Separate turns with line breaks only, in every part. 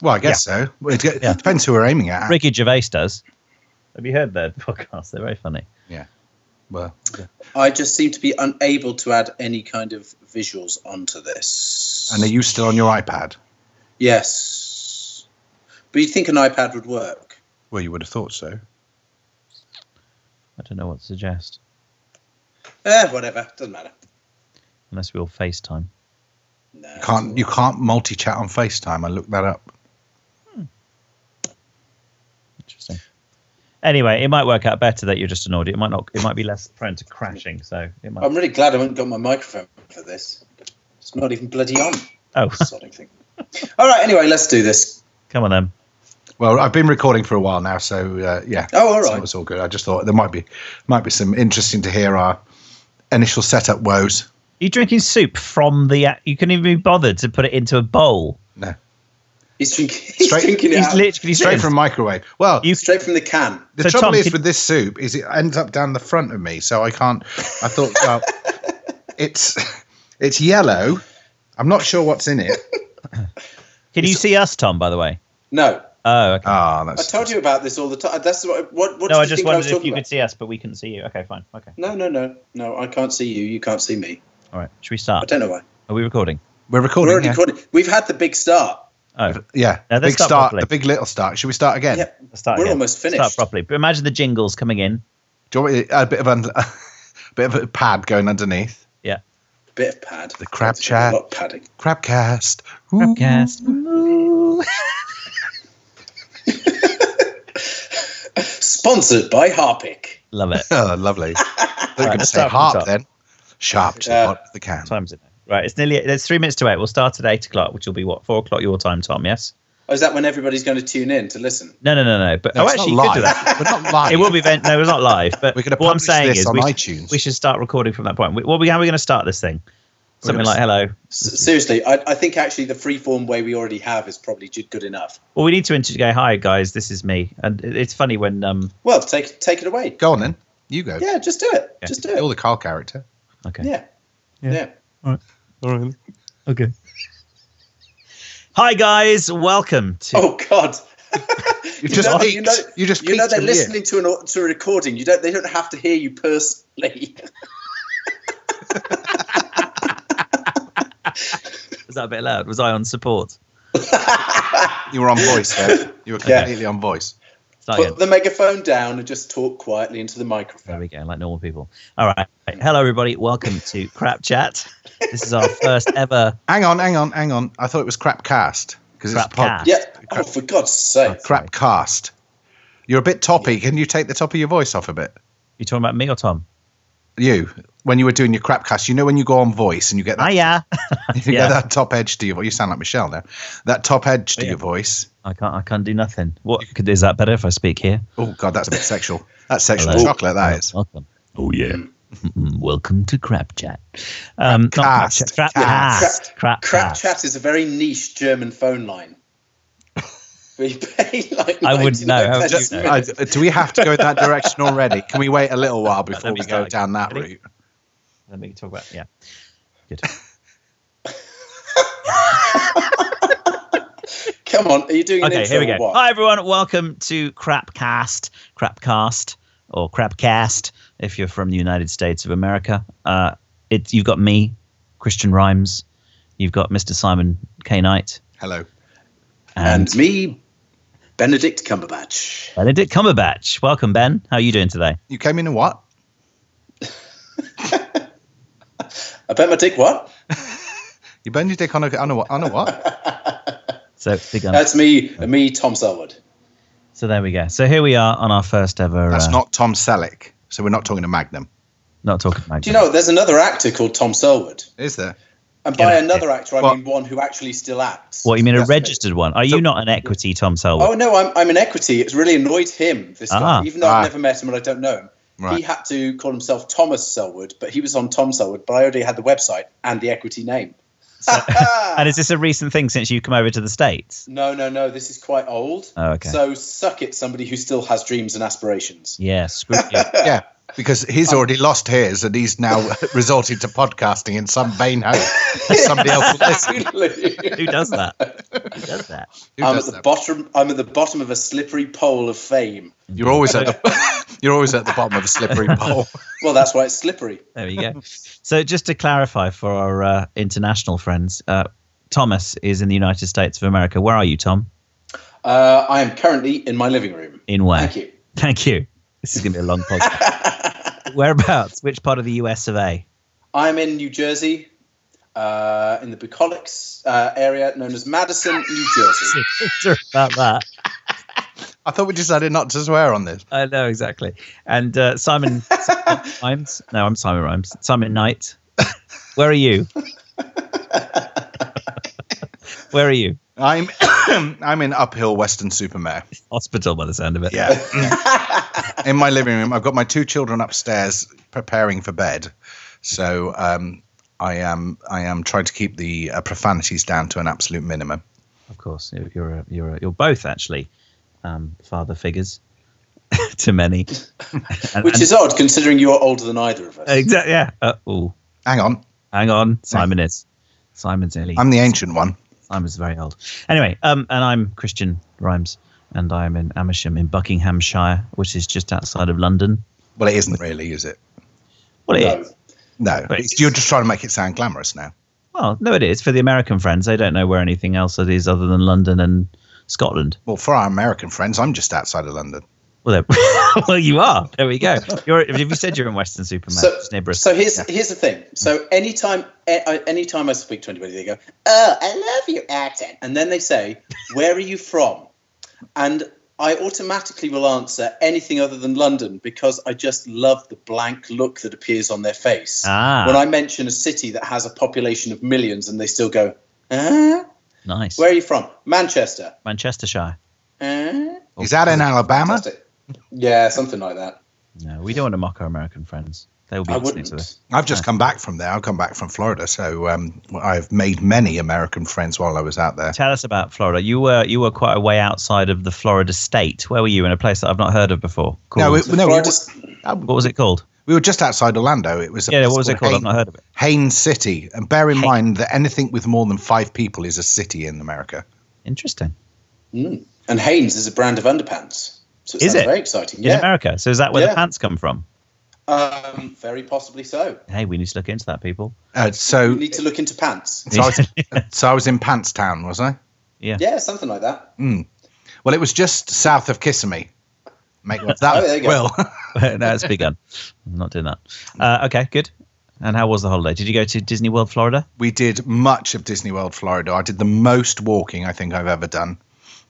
Well, I guess so. Well, It, it depends who we're aiming at.
Ricky Gervais does. Ah. Have you heard their podcast? They're very funny.
Yeah. Well, yeah.
I just seem to be unable to add any kind of visuals onto this.
and are you still on your iPad?
Yes. But you'd think an iPad would work.
Well, you would have thought so.
I don't know what to suggest.
Eh, whatever. Doesn't matter.
Unless we all FaceTime.
No.
You can't you can't multi chat on FaceTime? I looked that up.
Interesting. Anyway, it might work out better that you're just an audio. It might not. It might be less prone to crashing. So it might.
I'm really glad I haven't got my microphone for this. It's not even bloody on.
oh,
Sodding thing. All right. Anyway, let's do this.
come on then.
Well, I've been recording for a while now, so uh, yeah.
Oh, all
So
right.
it's all good. I just thought there might be might be some interesting to hear our initial setup woes.
You drinking soup from the? You couldn't even be bothered to put it into a bowl.
No,
He's drinking. He's
Straight-
drinking it
He's
out.
literally
straight
says-
from microwave. Well,
You-
straight from the can.
the
so,
trouble
Tom,
is
could-
with this soup is it ends up down the front of me, so I can't. I thought, well, it's it's yellow. I'm not sure what's in it.
Can you see us, Tom? By the way.
No,
Oh, okay.
Ah,
I
that's
told you about this all the time. That's what. What, what
no,
did
I
you
just
think I
wondered
was
if
talking
you
about?
could see us, but we couldn't see you. Okay, fine. Okay.
No, no, no, no. I can't see you. You can't see me.
All right. Should we
I
start?
don't know why.
Are we recording?
we're recording.
We're already
yeah.
recording. We've had the big start.
Oh,
Yeah,
Now, let's
big
start
start,
properly.
the big little start. Should we start again?
Yeah,
let's start.
We're
again.
almost
Start
finished.
properly. But imagine the jingles coming in.
Do you want me to- a bit of un, a bit of a pad going underneath?
Yeah.
bit of pad. The
crab chat.
A lot of padding.
Crabcast.
Podcast.
Sponsored by Harpic.
Love it.
Oh, lovely. They're going to
let's
say
start from the
harp
top.
then. Sharp to the
Yeah.
bottom of the can.
What time is it? now? Right, it's nearly. It's three minutes to eight. We'll start at eight o'clock, which will be what four o'clock your time, Tom. Yes.
Oh, is that when everybody's going to tune in to listen?
No, no, no, no. But
No,
oh,
it's
actually, you
not
could do
live.
that.
We're not live.
It will be. Event, no, it's not live. But
We're gonna
what I'm
publish
saying
this
is
on
we, sh-
iTunes.
we should start recording from that point. We, what we, how are we going to start this thing? Something
gonna
like hello.
Mm-hmm.
S- seriously, I, I think actually the freeform way we already have is probably ju- good enough.
Well, we need to introduce. Go, hi guys, this is me. And it- it's funny when um.
Well, take take it away.
Go on then. You go.
Yeah, just do it. Just do
You're
it.
the Carl character.
Okay.
Yeah. Yeah.
Okay. Hi guys, welcome to.
Oh God.
You just
know,
peaked.
you know,
You just
you know
peaked
they're
in the ear.
listening to an au- to a recording. You don't. They don't have to hear you personally.
Was that a bit loud? Was I on support?
You were on voice there. You were
Yeah.
completely on voice.
Start again.
Put the megaphone down and just talk quietly into the
There
microphone.
we go, like normal people. All right. Hello, everybody. Welcome to Crap Chat. This is our first ever
Hang on, hang on, hang on. I thought it was crapcast because it's a
Crapcast.
pod.
Yeah. Oh, for God's sake.
Crapcast. You're a bit toppy. Can you take the top of your voice off a bit?
You talking about me or Tom?
You, when you were doing your crapcast, you know when you go on voice and you get that,
Hiya.
you
yeah. Oh,
get that top edge to your voice. You sound like Michelle now. That top edge to
Yeah.
your voice.
I can't. I can't do nothing. What could, is that better if I speak here?
Oh God, that's a bit sexual. That's sexual
Hello.
chocolate. That is.
Welcome. Oh yeah. Welcome to Crap Chat. Um,
Crapcast.
Crap
Cast.
Cast. Crap
Crap
Cast.
chat is a very niche German phone line. We pay like
I wouldn't know. How would you
99
know?
I, uh, do we have to go in that direction already? Can we wait a little while before
Let me
we go
start
down that
Ready?
route?
Then we can talk about yeah. Good.
Come on, are you doing an
Okay, here
intro
we go.
or what?
Hi everyone, welcome to Crapcast, Crapcast, or Crapcast if you're from the United States of America. Uh, it, you've got me, Christian Rhymes. You've got Mr. Simon K. Knight
Hello.
and,
and me, Benedict Cumberbatch.
Benedict Cumberbatch. Welcome, Ben. How are you doing today?
You came in and what?
I bet my dick what?
You burned your dick on a on a, on a what?
So big un-
That's me, me, Tom Selwood.
So there we go. So here we are on our first ever.
That's
uh,
not Tom Selleck. So we're not talking to Magnum,
not talking. About
Do you know there's another actor called Tom Selwood?
is there?
And by
Yeah.
another actor, I
Well-
mean one who actually still acts.
What you mean a
That's me.
registered one? Are you not an equity, Tom Selwood?
Oh no, I'm I'm in equity. It's really annoyed him this
Ah.
guy, even though
Ah.
I've never met him and I don't know him. He
Right.
had to call himself Thomas Selwood, but he was on Tom Selwood. But I already had the website and the equity name.
and is this a recent thing since you come over to the states?
No, no, no. This is quite old.
Oh, okay.
So suck it, somebody who still has dreams and aspirations.
Yeah, screw you.
Yeah. because he's already lost his and he's now resorted to podcasting in some vain hope that somebody else will listen.
Absolutely.
Who does that? Who does that?
Who
I'm at
does
the
that?
bottom. I'm at the bottom of a slippery pole of fame.
You're always at the you're always at the bottom of a slippery pole.
Well, that's why it's slippery.
There you go. so, just to clarify for our uh, international friends, uh, Thomas is in the United States of America. Where are you, Tom?
Uh, I am currently in my living room.
In where?
Thank you.
Thank you. This is going to be a long podcast. Whereabouts? Which part of the US of A?
I'm in New Jersey, uh, in the bucolics uh, area known as Madison, New Jersey.
Sorry about that.
I thought we decided not to swear on this.
I know exactly. And uh, Simon Rhymes. No, I'm Simon Rhymes. Simon Knight. Where are you? Where are you?
I'm I'm in uphill Western Supermare.
Hospital, by the sound of it.
Yeah. in my living room, I've got my two children upstairs preparing for bed, so um, I am I am trying to keep the uh, profanities down to an absolute minimum.
Of course, you're you're a, you're, a, you're both actually um, father figures to many. And-
Which
and-
is odd, considering you are older than either of us.
exactly yeah. Uh, oh,
Hang on,
hang on, Simon is. Simon's nearly.
I'm the ancient one.
Simon's very old. Anyway, um, and I'm Christian Rhymes, and I'm in Amersham in Buckinghamshire, which is just outside of London.
Well, it isn't really, is it?
Well, it
No.
is.
No,
Wait.
It's- you're just trying to make it sound glamorous now.
Well, no, it is for the American friends. They don't know where anything else it is other than London and Scotland.
Well, for our American friends, I'm just outside of London.
Well, there- well, you are. There we go. You're. Have you said you're in Western Superman?
So,
It's Mm. near Bristol.
so here's here's the thing. So anytime a- I- anytime I speak to anybody, they go, "Oh, I love your accent," and then they say, "Where are you from?" And I automatically will answer anything other than London because I just love the blank look that appears on their face
Ah.
when I mention a city that has a population of millions, and they still go, "Huh?
nice.
Where are you from? Manchester."
Manchestershire.
Huh?
Is that in Alabama?
Fantastic. Yeah, something like that.
No, we don't want to mock our American friends. They will be
I
listening to this.
wouldn't.
I've just come back from there. I've come back from Florida, so um, I've made many American friends while I was out there.
Tell us about Florida. You were you were quite a way outside of the Florida state. Where were you in a place that I've not heard of before?
No,
Called-
it- no, we,
Florida-
what was it called?
we were just outside Orlando. It was a
Yeah,
place
what was it called? I've
Haines,
not heard of it.
Haines City, and bear in
Haines.
mind that anything with more than five people is a city in America.
Interesting.
Mm. And Hanes is a brand of underpants. So it
Is
sounds
it?
very exciting.
In
Yeah.
America. So is that where the
Yeah.
pants come from?
Um, very possibly so.
Hey, we need to look into that, people.
Uh,
You
so,
need to look into pants.
so, I was, so I was in Pantstown, was I?
Yeah, something like that.
Well, it was just south of Kissimmee. Make that
Oh, there you go.
well.
no, it's begun. I'm not doing that. Uh, okay, good. And how was the holiday? Did you go to Disney World, Florida?
we did much of Disney World, Florida. I did the most walking I think I've ever done.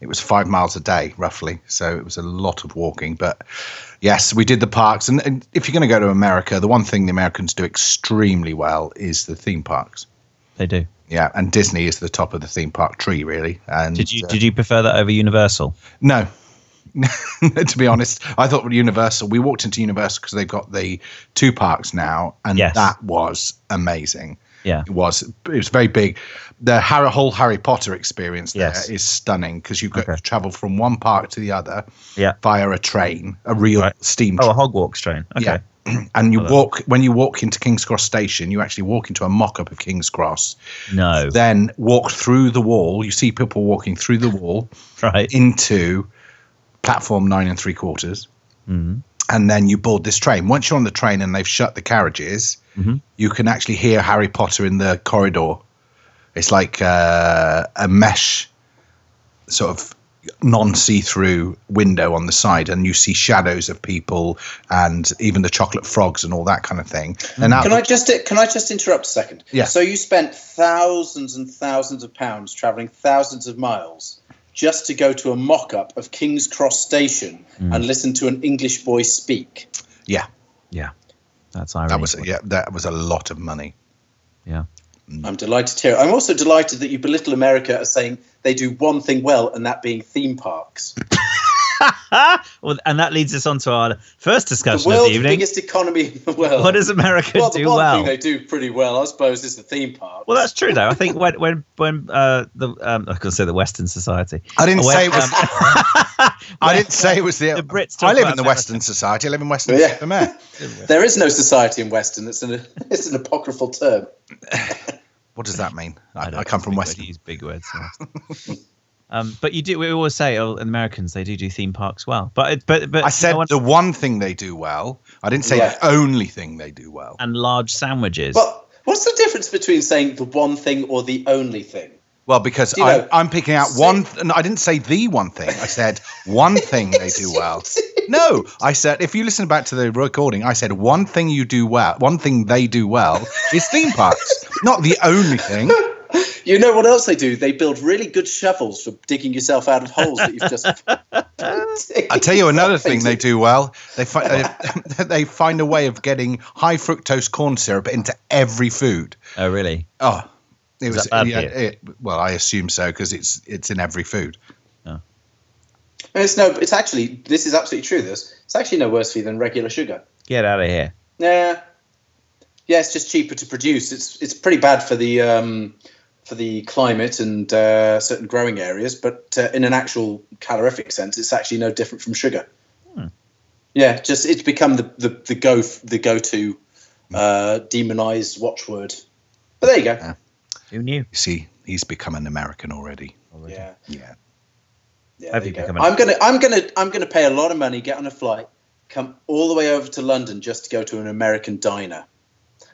It was five miles a day, roughly. So it was a lot of walking. But yes, we did the parks. And, and if you're going to go to America, the one thing the Americans do extremely well is the theme parks.
They do.
Yeah, and Disney is the top of the theme park tree, really. And
Did you
uh,
did you prefer that over Universal?
no. to be honest, I thought Universal. We walked into Universal because they've got the two parks now, and
Yes.
that was amazing.
Yeah.
It was. It was very big. The Harry, whole Harry Potter experience there is
Yes.
stunning because you've got
Okay.
to travel from one park to the other
Yeah.
via a train, a real
Right.
steam
Oh,
train.
a Hogwarts train. Okay.
Yeah. and you
Well, that-
walk when you walk into King's Cross Station, you actually walk into a mock-up of King's Cross.
No.
Then walk through the wall. You see people walking through the wall
Right.
into platform nine and three quarters,
Mhm.
and then you board this train. Once you're on the train and they've shut the carriages,
Mhm.
you can actually hear Harry Potter in the corridor. It's like uh, a mesh, sort of non see through window on the side, and you see shadows of people and even the chocolate frogs and all that kind of thing.
Mm.
And out
Can I just can I just interrupt a second?
Ah, Yeah.
So you spent thousands and thousands of pounds traveling thousands of miles just to go to a mock-up of King's Cross Station and listen to an English boy speak.
yeah,
Yeah. That's irony.
that was yeah, that was a lot of money.
Yeah.
I'm delighted to hear. It. I'm also delighted that you belittle America as saying they do one thing well, and that being theme parks.
well, and that leads us on to our first
The
discussion of the
world's
evening.
biggest economy in the world.
What does America
well, the
do
one
well?
thing they do pretty well, I suppose, is the theme park.
Well, that's true though. I think when when when uh, the um, I was going to say the Western society.
I didn't
When,
say it was.
um,
I didn't say it was the.
The Brits talk
I live
about
in the
that.
Western Society. I live in Western
Yeah.
Supermare.
There is no society in Western. It's an it's an apocryphal term.
What does that mean? I, I,
don't
come
use
from
big
Western.
Words, use big words. so- um, but you do. We always say, oh, Americans they do do theme parks well. But it, but but
I said
no one-
the one thing they do well. I didn't say
Yeah.
the only thing they do well.
and large sandwiches.
But what's the difference between saying the one thing or the only thing?
Well, because
You
I,
know,
I'm picking out
say-
one. Th- no, I didn't say the one thing. I said one thing they do well. No, I said if you listen back to the recording, I said one thing you do well. One thing they do well is theme parks. Not the only thing.
You know what else they do? They build really good shovels for digging yourself out of holes that you've just.
I tell you another thing they do well. They find they find a way of getting high fructose corn syrup into every food.
oh, really?
Oh, it was
that bad for
yeah,
you?
it, well. I assume so because it's it's in every food.
It's no. It's actually. This is absolutely true. This. It's actually no worse for you than regular sugar.
Get out of here.
Nah. Yeah, it's just cheaper to produce. It's it's pretty bad for the um, for the climate and uh, certain growing areas, but uh, in an actual calorific sense, it's actually no different from sugar. Yeah, just it's become the the, the go the go to uh, demonized watchword. But there you go. Yeah.
Who knew?
You see, he's become an American already.
yeah.
Yeah.
Yeah,
Have
there you
you
go.
become a-
I'm gonna, I'm gonna, I'm gonna pay a lot of money, get on a flight, come all the way over to London just to go to an American diner.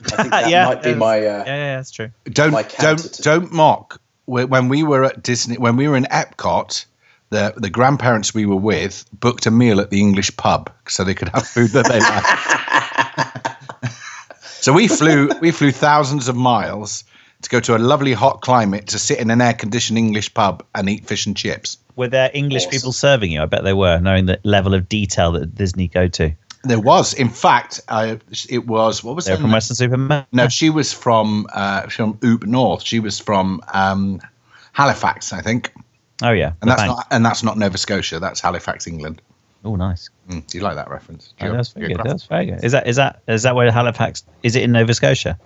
I think that
Yeah,
might be
yeah.
my. Uh,
Yeah, yeah, that's true.
don't
Like Hampton.
don't don't mock Wh- when we were at disney when we were in epcot the the grandparents we were with booked a meal at the english pub so they could have food that they liked so we flew we flew thousands of miles to go to a lovely hot climate to sit in an air-conditioned english pub and eat fish and chips
Were there English
Awesome.
people serving you? I bet they were, knowing the level of detail that Disney go to.
there was in fact I, it was what was
They're
it
from Western Superman.
no she was from uh, from oop north she was from um, halifax i think
Oh yeah,
and that's not and that's not Nova Scotia. That's Halifax, England.
Oh, nice.
Mm, do you like that reference?
Oh,
Geo-
that's very good.
geographic-
That's very good. Is that is that is that where Halifax? Is it in Nova Scotia?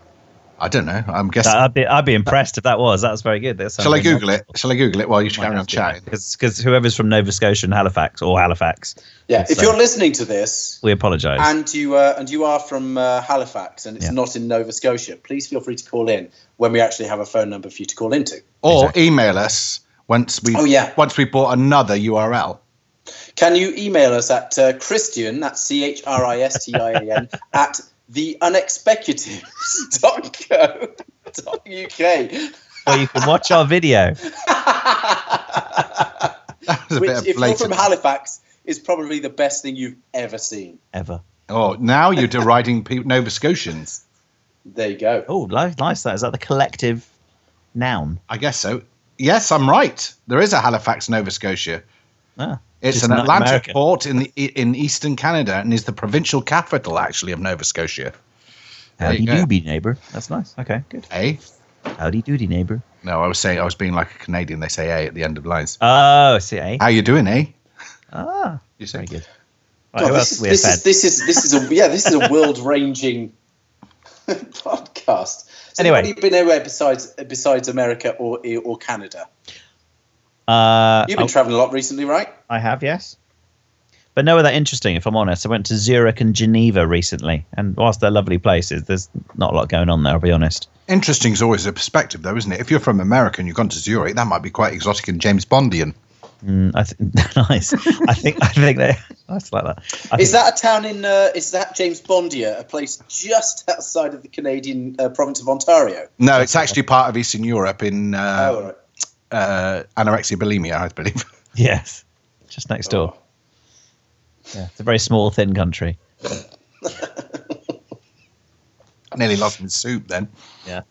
I don't know. I'm guessing.
That- I'd be I'd be impressed if that was. That's very good. That sounds
Shall I
very
Google it? Shall I Google it while you carry on chatting?
Because whoever's from Nova Scotia and Halifax or Halifax,
Yeah, if
So-
you're listening to this
we apologise.
and you uh, and you are from uh, Halifax and it's
Yeah.
not in Nova Scotia, please feel free to call in when we actually have a phone number for you to call into.
Or email us once we
Oh, yeah.
once we bought another URL.
Can you email us at uh, Christian, that's C H R I S T I A N, at theunexpecutives.co.uk.
Where you can watch our video.
That was a
Which,
bit of
if you're from
blatant.
Halifax, is probably the best thing you've ever seen.
Ever.
oh, now you're deriding pe- Nova Scotians.
There you go.
Oh, li- nice. That is that the collective noun.
I guess so. Yes, I'm right. There is a Halifax, Nova Scotia.
Ah,
It's
just
an
not
Atlantic
America.
port in the in eastern Canada and is the provincial capital actually of Nova Scotia. There
Howdy
you go.
doody, neighbour. That's nice. Okay, good.
Eh?
Howdy doody, neighbour.
No, I was saying I was being like a Canadian. They say "eh" at the end of lines.
Oh, see, eh?
How you doing, eh?
Ah,
You say
very good. Right,
God,
who
this,
else
is,
have we have
this, is, this is this is a yeah, this is a world ranging podcast. So
Anyway.
you've been anywhere besides besides America or or Canada?
had? Uh,
You've been
oh,
traveling a lot recently, right?
I have, yes. But nowhere that interesting, if I'm honest. I went to Zurich and Geneva recently, and whilst they're lovely places, there's not a lot going on there. I'll be honest.
Interesting is always a perspective, though, isn't it? If you're from America and you've gone to Zurich, that might be quite exotic and James Bondian.
Mm, I th- nice. I think I think they nice like that. I think-
Is that a town in? Uh, is that James Bondia, a place just outside of the Canadian uh, province of Ontario?
No, it's actually part of Eastern Europe in
Oh,
uh,
all right.
uh, anorexia bulimia, I believe.
Yes, just next door.
Oh.
Yeah, it's a very small, thin country.
I nearly lost my soup then.
Yeah,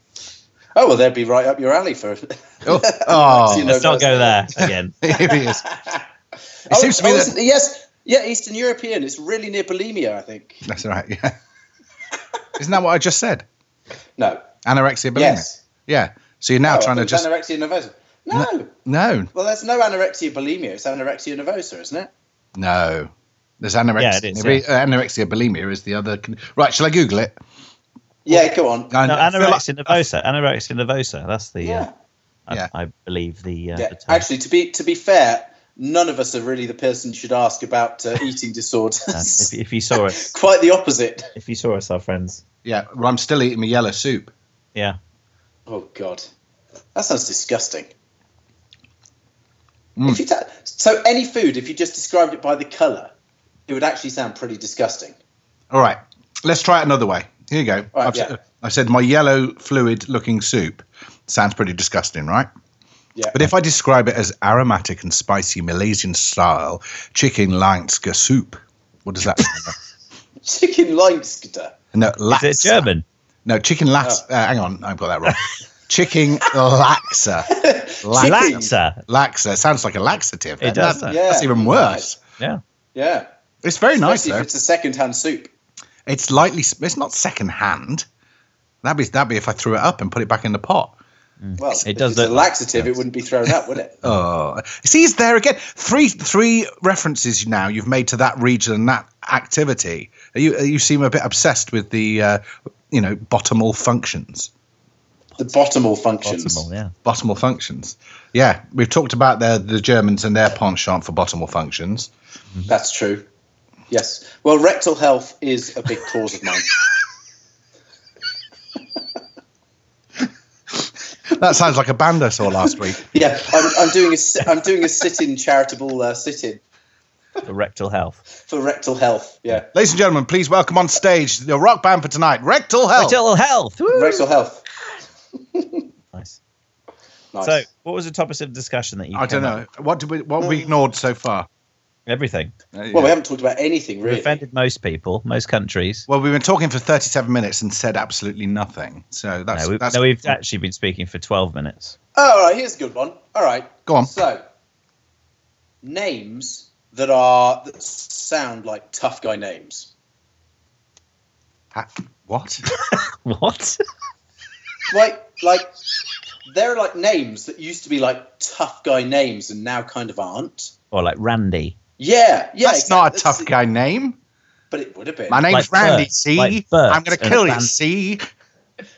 Oh well, they'd be right up your alley for.
Oh,
You
oh
know,
let's not
that's-
go there again.
here he is. It
Oh,
seems to me
oh,
that
isn't- yes, yeah, Eastern European. It's really near bulimia, I think.
that's all right. Yeah, isn't that what I just said?
No.
Anorexia bulimia.
Yes.
Yeah. So you're now
Oh, I
trying to
thought it was
just
anorexia nervosa. No.
no.
Well, there's no anorexia bulimia. It's anorexia nervosa, isn't it?
No. There's anorexia.
Yeah, it is, yeah.
Uh, Anorexia bulimia is the other. Con- right, shall I Google it?
Yeah, go on.
I-
No,
I feel like-
anorexia nervosa. Anorexia nervosa. That's the.
Yeah.
Uh, I,
Yeah.
I believe the. Uh,
Yeah,
the term.
actually, to be to be fair, none of us are really the person you should ask about uh, eating
Uh,
disorders.
if, if you saw us,
Quite the opposite.
if you saw us, our friends.
yeah, well, I'm still eating my yellow soup.
Yeah.
Oh God, that sounds disgusting.
Mm.
If you ta- so any food, if you just described it by the color, it would actually sound pretty disgusting.
All right, let's try it another way. Here you go.
right,
I've, uh,
yeah.
I said my yellow fluid looking soup sounds pretty disgusting, right?
Yeah.
But if I describe it as aromatic and spicy Malaysian style chicken langska soup, what does that sound like?
Chicken Leinster.
No,
Is
laksa.
it German?
No, chicken lax.
Oh.
Uh, hang on, I've got that wrong. chicken laxa. Laxa.
Chicken.
Laxa.
Laxa. Sounds like a laxative.
It
That- That's,
does, doesn't
it?
that's
Yeah.
even worse.
Yeah.
Yeah.
It's very nice
Especially
though.
if it's a second-hand soup.
It's lightly. sp- It's not second hand. That'd be that'd be if I threw it up and put it back in the pot.
Well,
It
if
does
it's a
look-
laxative, it wouldn't be thrown out, would it?
Oh, see, it's there again. Three three references now you've made to that region and that activity. You you seem a bit obsessed with the uh, you know bottomal functions.
The bottomal functions.
Possible, yeah.
Bottomal functions. Yeah, we've talked about the the Germans and their penchant for bottomal functions.
That's true. Yes. Well, rectal health is a big cause of mine.
That sounds like a band I saw last week.
Yeah, I'm, I'm doing a si- I'm doing a sit-in charitable uh, sit-in
The rectal health.
for rectal health. Yeah,
Ladies and gentlemen, please welcome on stage the rock band for tonight, Rectal Health.
Rectal health. Woo!
rectal health.
Nice.
Nice.
So, what was the topic of discussion that you?
I don't
came up
know what did we what have we ignored so far.
with? Everything.
well, we haven't talked about anything
We've
really.
offended most people, most countries.
Well, we've been talking for 37 minutes and said absolutely nothing. So that's
no, we've,
that's
no, we've actually been speaking for twelve minutes.
Oh, all right, here's a good one. All right,
go on.
so names that are that sound like tough guy names.
Ha- What?
What?
Like like they're like names that used to be like tough guy names and now kind of aren't.
or like Randy.
Yeah, yeah.
That's not a
exactly.
tough guy name.
But it would have been.
My name's
Like
Randy.
Bert.
See,
Like Bert
I'm going to
and
kill you.
Ran-
See,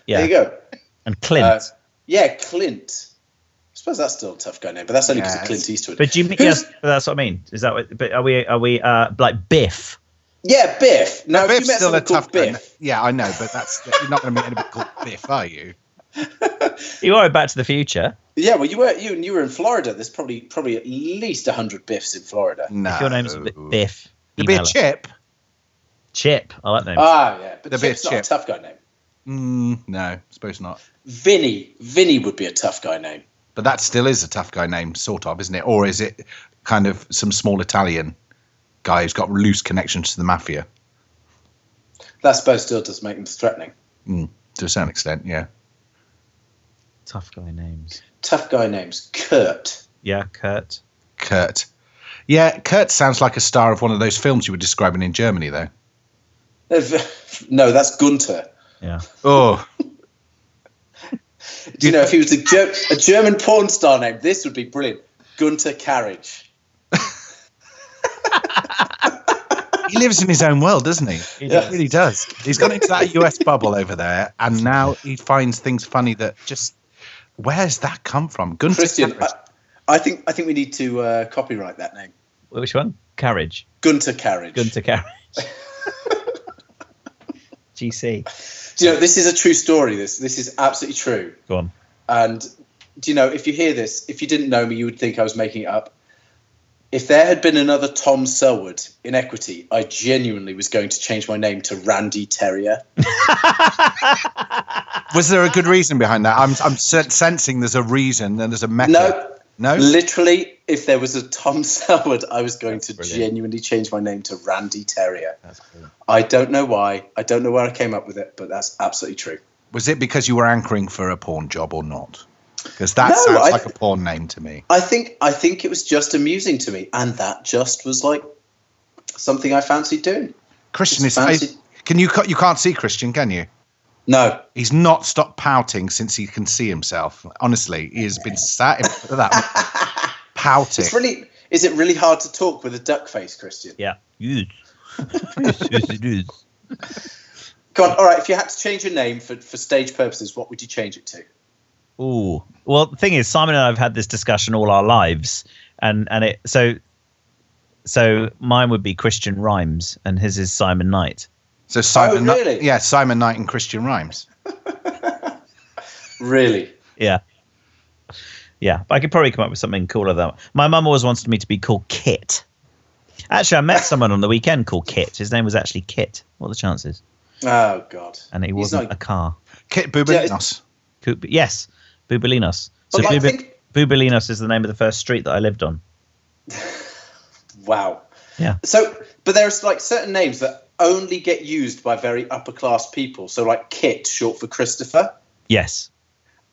Yeah.
There you go.
And Clint.
Uh, yeah, Clint. I suppose that's still a tough guy name, but that's only because
Yes.
of Clint Eastwood.
but do you mean yes? but That's what I mean. Is that what? But are we? Are we? Uh, like Biff?
yeah, Biff. Now, if you
Biff's
met
still a
someone
tough
called
guy.
Biff,
Yeah, I know, but that's you're not going to meet anybody called Biff, are you?
You are Back to the Future.
yeah, well, you were you and you were in Florida. There's probably probably at least hundred Biffs in Florida.
No.
If your name's B- Biff.
There'd be a
email us.
chip. Uh,
Chip. I like that. name.
Ah, yeah, but
The Biff
Chip's not
Chip.
a tough guy name.
Mm, no, suppose not.
Vinny, Vinny would be a tough guy name.
But that still is a tough guy name, sort of, isn't it? Or is it kind of some small Italian guy who's got loose connections to the mafia
That I suppose still does make them threatening.
to a certain extent? Yeah.
Tough guy names.
Tough guy names. Kurt.
Yeah, Kurt.
Kurt. Yeah, Kurt sounds like a star of one of those films you were describing in Germany, though.
No, that's Gunter.
Yeah.
Oh,
Do you know if he was a, Ger- a German porn star name, this would be brilliant. Gunter Carriage.
he lives in his own world, doesn't he? He
does.
really does. He's gone into that US bubble over there, and now he finds things funny that just. Where's that come from? Gunther
Christian, I,
Carriage.
I think I think we need to uh, copyright that name.
Which one? Carriage.
Gunter Carriage.
Gunter Carriage. GC.
Do you know this is a true story? This this is absolutely true.
Go on.
And do you know if you hear this, if you didn't know me, you would think I was making it up. If there had been another Tom Selwood in Equity, I genuinely was going to change my name to Randy Terrier.
Was there a good reason behind that? I'm, I'm sen- sensing there's a reason and there's a method.
No,
No?
literally, if there was a Tom Selwood, I was going to
brilliant.
genuinely change my name to Randy Terrier.
That's cool.
I don't know why. I don't know where I came up with it, but that's absolutely true.
Was it because you were anchoring for a porn job or not? Because that
No,
sounds
I-
like a porn name to me.
I think I think it was just amusing to me, and that just was like something I fancied doing.
Christian is.
It's fancy-
Can you? ca- You can't see Christian, can you?
No,
He's not stopped pouting since he can see himself. Honestly, he has been sat in front of that pouting.
it's really Is it really hard to talk with a duck face, Christian?
Yeah. Yes. yes, yes, it is.
God, all right. If you had to change your name for, for stage purposes, what would you change it to?
Ooh. Well, the thing is, Simon and I have had this discussion all our lives, and and it so so mine would be Christian Rhymes, and his is Simon Knight.
So Simon, Knight-
Oh, really?
yeah, Simon Knight and Christian Rhymes.
Really?
Yeah. Yeah, but I could probably come up with something cooler than that. My mum always wanted me to be called Kit. Actually, I met someone on the weekend called Kit. His name was actually Kit. What are the chances?
Oh God.
And he
He's
wasn't
not-
a car.
Kit Bubilinos.
Could be- yes, Bubilinos. So
But I
Bubi-
think-
Bubilinos is the name of the first street that I lived on.
Wow.
Yeah.
So, but there's like certain names that only get used by very upper class people. So, like Kit, short for Christopher,
Yes.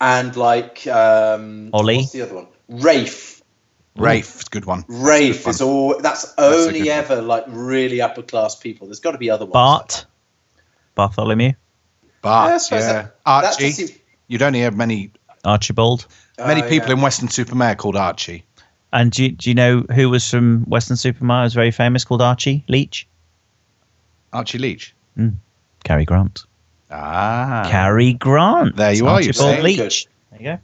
and like um,
Ollie.
What's the other one? Rafe. mm.
Rafe, good one.
Rafe is all. That's
a
only
good one.
ever like really upper class people. There's got to be other ones.
Bart. Bartholomew.
Bart,
Yeah, I
yeah.
suppose that- that just
Archie.
seems-
you don't hear many
Archibald.
many
Oh,
people
yeah.
in Western Supermare called Archie.
And do, you- do you know who was from Western Supermar? Was very famous, called Archie Leach.
Archie Leach.
Cary Grant.
Ah.
Cary Grant.
There you are, you
Archibald
see.
Leach. There you go.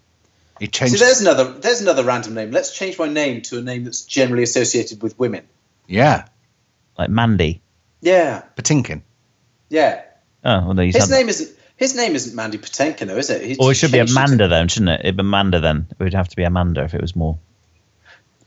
He
See,
changed.
there's another. There's another random name. Let's change my name to a name that's generally associated with women.
yeah.
Like Mandy.
Yeah.
Patinkin.
Yeah.
Oh, well, no, he's
His
had that.
name isn't. His name isn't Mandy Patinkin, though, is it? He's
Or it should be
changed
Amanda, then, shouldn't it? It'd be Amanda, then. It would have to be Amanda if it was more.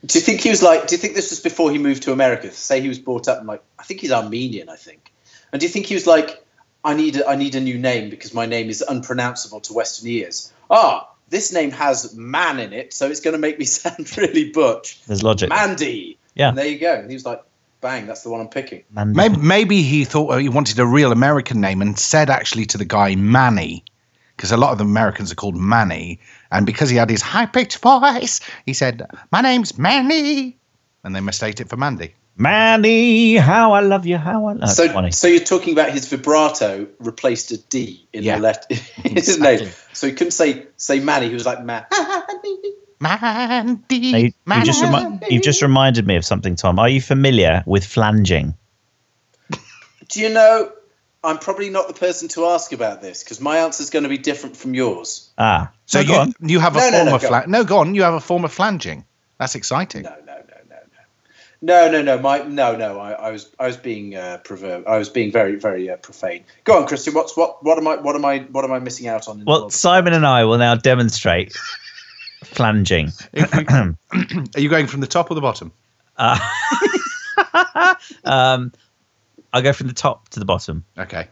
Do you think he was like? Do you think this was before he moved to America? Say he was brought up and like, I think he's Armenian, I think. And do you think he was like, I need, a, I need a new name because my name is unpronounceable to Western ears. Ah, this name has man in it, so it's going to make me sound really butch.
There's logic.
Mandy.
Yeah.
And there you go. And he was like, bang, that's the one I'm picking.
Mandy.
Maybe, maybe he thought uh, he wanted a real American name and said actually to the guy Manny, because a lot of the Americans are called Manny, and because he had his high pitched voice, he said, "My name's Manny," and they mistaked it for Mandy.
Mandy, how I love you, how I love
so,
funny.
so you're talking about his vibrato replaced a D in
Yeah.
the left in his name. So he couldn't say say Manny. He was like man.
Mandy.
Now, you, you
Mandy.
just remi- you've just reminded me of something, Tom. Are you familiar with flanging?
Do you know? I'm probably not the person to ask about this because my answer is going to be different from yours.
Ah,
so
no, go
you,
on.
you have a
No, no,
form
no,
of
go on.
flan- no, go on. You have a form of flanging. That's exciting.
No, no, no, no, no, no, no, no. My no, no. I, I was I was being uh, proverb. I was being very, very uh, profane. Go on, Christian. What's what? What am I? What am I? What am I missing out on? In the
Well,
world of-
Simon and I will now demonstrate flanging.
Are you going from the top or the bottom?
Um, I'll go from the top to the bottom.
Okay.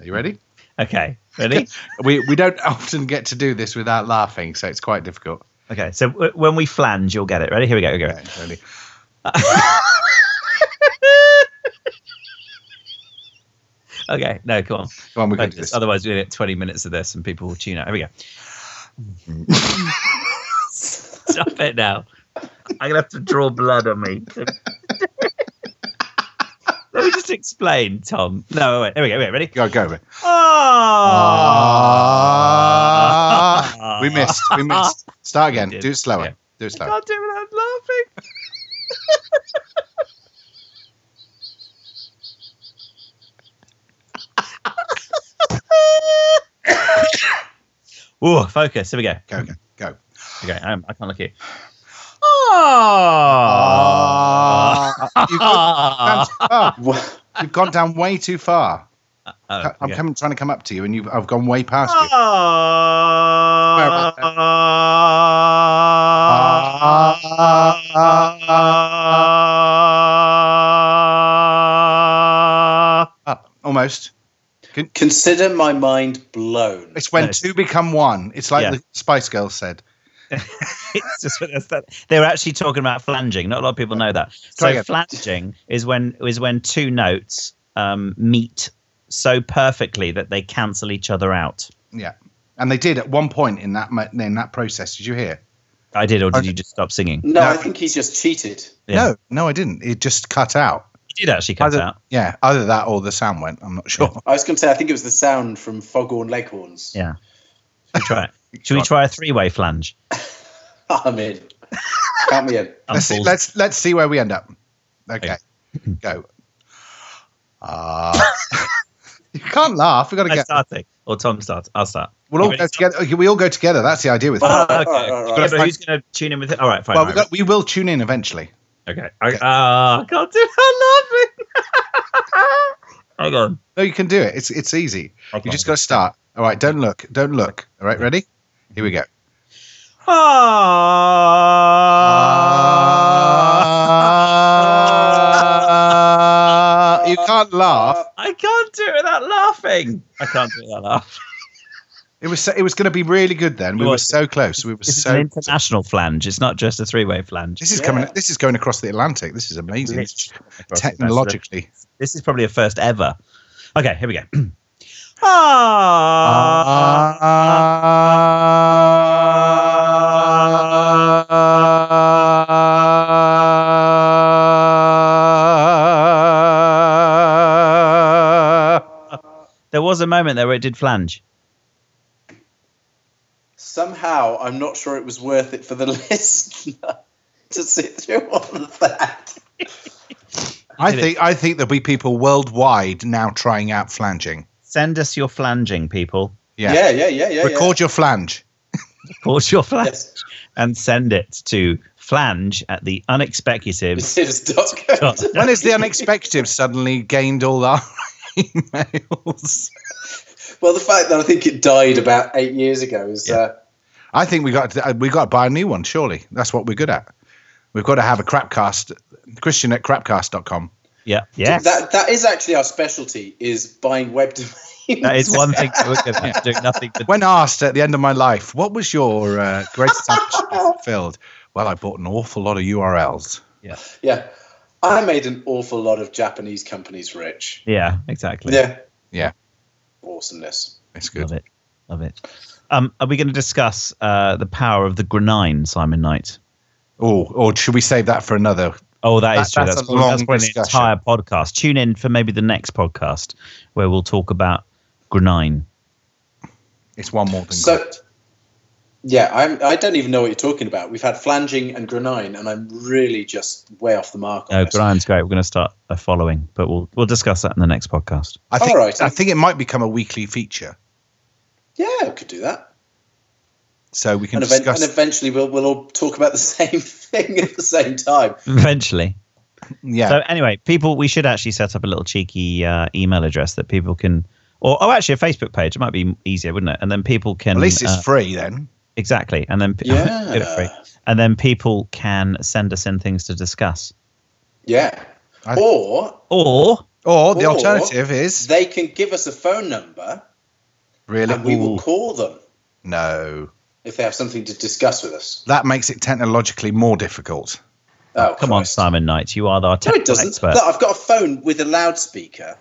Are you ready?
Okay, ready?
we we don't often get to do this without laughing, so it's quite difficult.
okay, so w- when we flange, you'll get it. Ready? Here we go. Here we go.
Yeah, it's only-
Okay, no, come on.
Come on, we can do
Focus.
this.
Otherwise, we're going to get 20 minutes of this and people will tune out. Here we go. Stop it now. I'm going to have to draw blood on me. Let me just explain, Tom. No, wait, there we go. Wait, ready?
Go, go.
Ah. Oh!
Ah, we missed. We missed. Start again.
We did.
Do it slower.
Yeah.
Do it
I
slower.
can't do it without laughing. Ooh, focus. Here we go.
Go again. Go.
Okay, I'm, I can't look at you.
Ah.
Ah.
You've, gone down too far. You've gone down
What-
way too far.
Oh,
I- I'm
okay.
coming, trying to come up to you, and you've I've gone way past you.
Ah.
Up. Almost.
Consider my mind blown.
It's when
No, it's-
two become one. It's like
Yeah.
the Spice Girls said.
It's just what- that's that. They were actually talking about flanging. Not a lot of people know that.
Try
So
again.
flanging is when is when two notes um, meet so perfectly that they cancel each other out.
Yeah, and they did at one point in that mo- in that process. Did you hear?
I did, or did
Okay.
you just stop singing?
no,
No.
I think he's just cheated.
Yeah.
No, no, I didn't. It just cut out.
You did actually cut
Either-
out.
Yeah, either that or the sound went. I'm not sure.
I was going to say I think it was the sound from Foghorn Leghorns.
Yeah. Should we try it? Should we try a three-way flange?
I'm in. Count me in.
I'm
let's see,
balls-
let's let's see where we end up. Okay, go. Uh, you can't laugh. We got to
I
get.
start it. Or Tom starts. I'll start.
We'll all
You
go
ready?
together. okay, We all go together. That's the idea with.
Well,
Well,
Oh,
Alright,
okay.
alright, alright,
Yeah,
alright.
but who's going to tune in with it? All right, fine.
we,
all
got, we will tune in eventually.
right. Okay. I, ah, I can't do it. I'm laughing. Hang on.
No, you can do it. It's it's easy. You just got to start. All right. Don't look. Don't look. All right. Ready? Here we go.
Ah, Uh,
you can't laugh.
I can't do it without laughing. I can't do it without laughing.
It was so, it was going to be really good. Then we
It
were
was.
so close. We were
This is an
so.
international flange. It's not just a three-way flange.
This is
Yeah.
coming. This is going across the Atlantic. This is amazing. This is Technologically.
This is probably a first ever. Okay, here we go.
Uh,
ah, there was a moment there where it did flange.
Somehow, I'm not sure it was worth it for the listener to sit through all of that.
I
Did it.
think I think there'll be people worldwide now trying out flanging.
Send us your flanging, people.
Yeah.
yeah, yeah, yeah. yeah
Record your flange.
Pause your
yeah.
flange
Yes.
and send it to flange at the unexpected.
It is dot co
dot-
dot-
When is the unexpected suddenly gained all our emails?
Well, the fact that I think it died about eight years ago is. Uh,
I think we got to, we got to buy a new one. Surely that's what we're good at. We've got to have a crapcast. Christian at crapcast.com.
Yeah, yes.
That that is actually our specialty is buying web domains.
that is one thing to look at. Doing nothing but
When asked at the end of my life, what was your uh, greatest action fulfilled? Well, I bought an awful lot of URLs.
Yeah, I made an awful lot of Japanese companies rich.
yeah, exactly.
Yeah,
Yeah.
awesomeness.
It's good.
Love it. Love it. Um, are we going to discuss uh, the power of the grenine, Simon Knight?
Oh, or should we save that for another?
Oh, that is
That-
true.
that's
That's,
a
probably- that's
long
probably an
discussion.
entire podcast. Tune in for maybe the next podcast where we'll talk about grenine.
It's one more than good.
So, yeah, I'm, I don't even know what you're talking about. We've had flanging and grenine, and I'm really just way off the mark. On
No,
this.
grenine's great. We're going to start a following, but we'll we'll discuss that in the next podcast.
I think
All right.
I think it might become a weekly feature,
Yeah, I could do that.
so we can
And, event-
discuss.
and eventually, we'll we'll all talk about the same thing at the same time.
Eventually.
yeah,
So anyway, people, we should actually set up a little cheeky uh, email address that people can, or oh, actually a Facebook page. It might be easier, wouldn't it? And then people can
at least it's
uh,
free then.
exactly, and then pe-
Yeah.
Get it free. and then people can send us in things to discuss,
Yeah,
I-
or
or
Or the
Or-
alternative is
they can give us a phone number,
really
and we will
Ooh,
call them
no.
if they have something to discuss with us.
That makes it technologically more difficult.
Oh,
come on,
Christ.
Simon Knight, you are our
No, it
technical
doesn't.
expert.
Look, I've got a phone with a loudspeaker,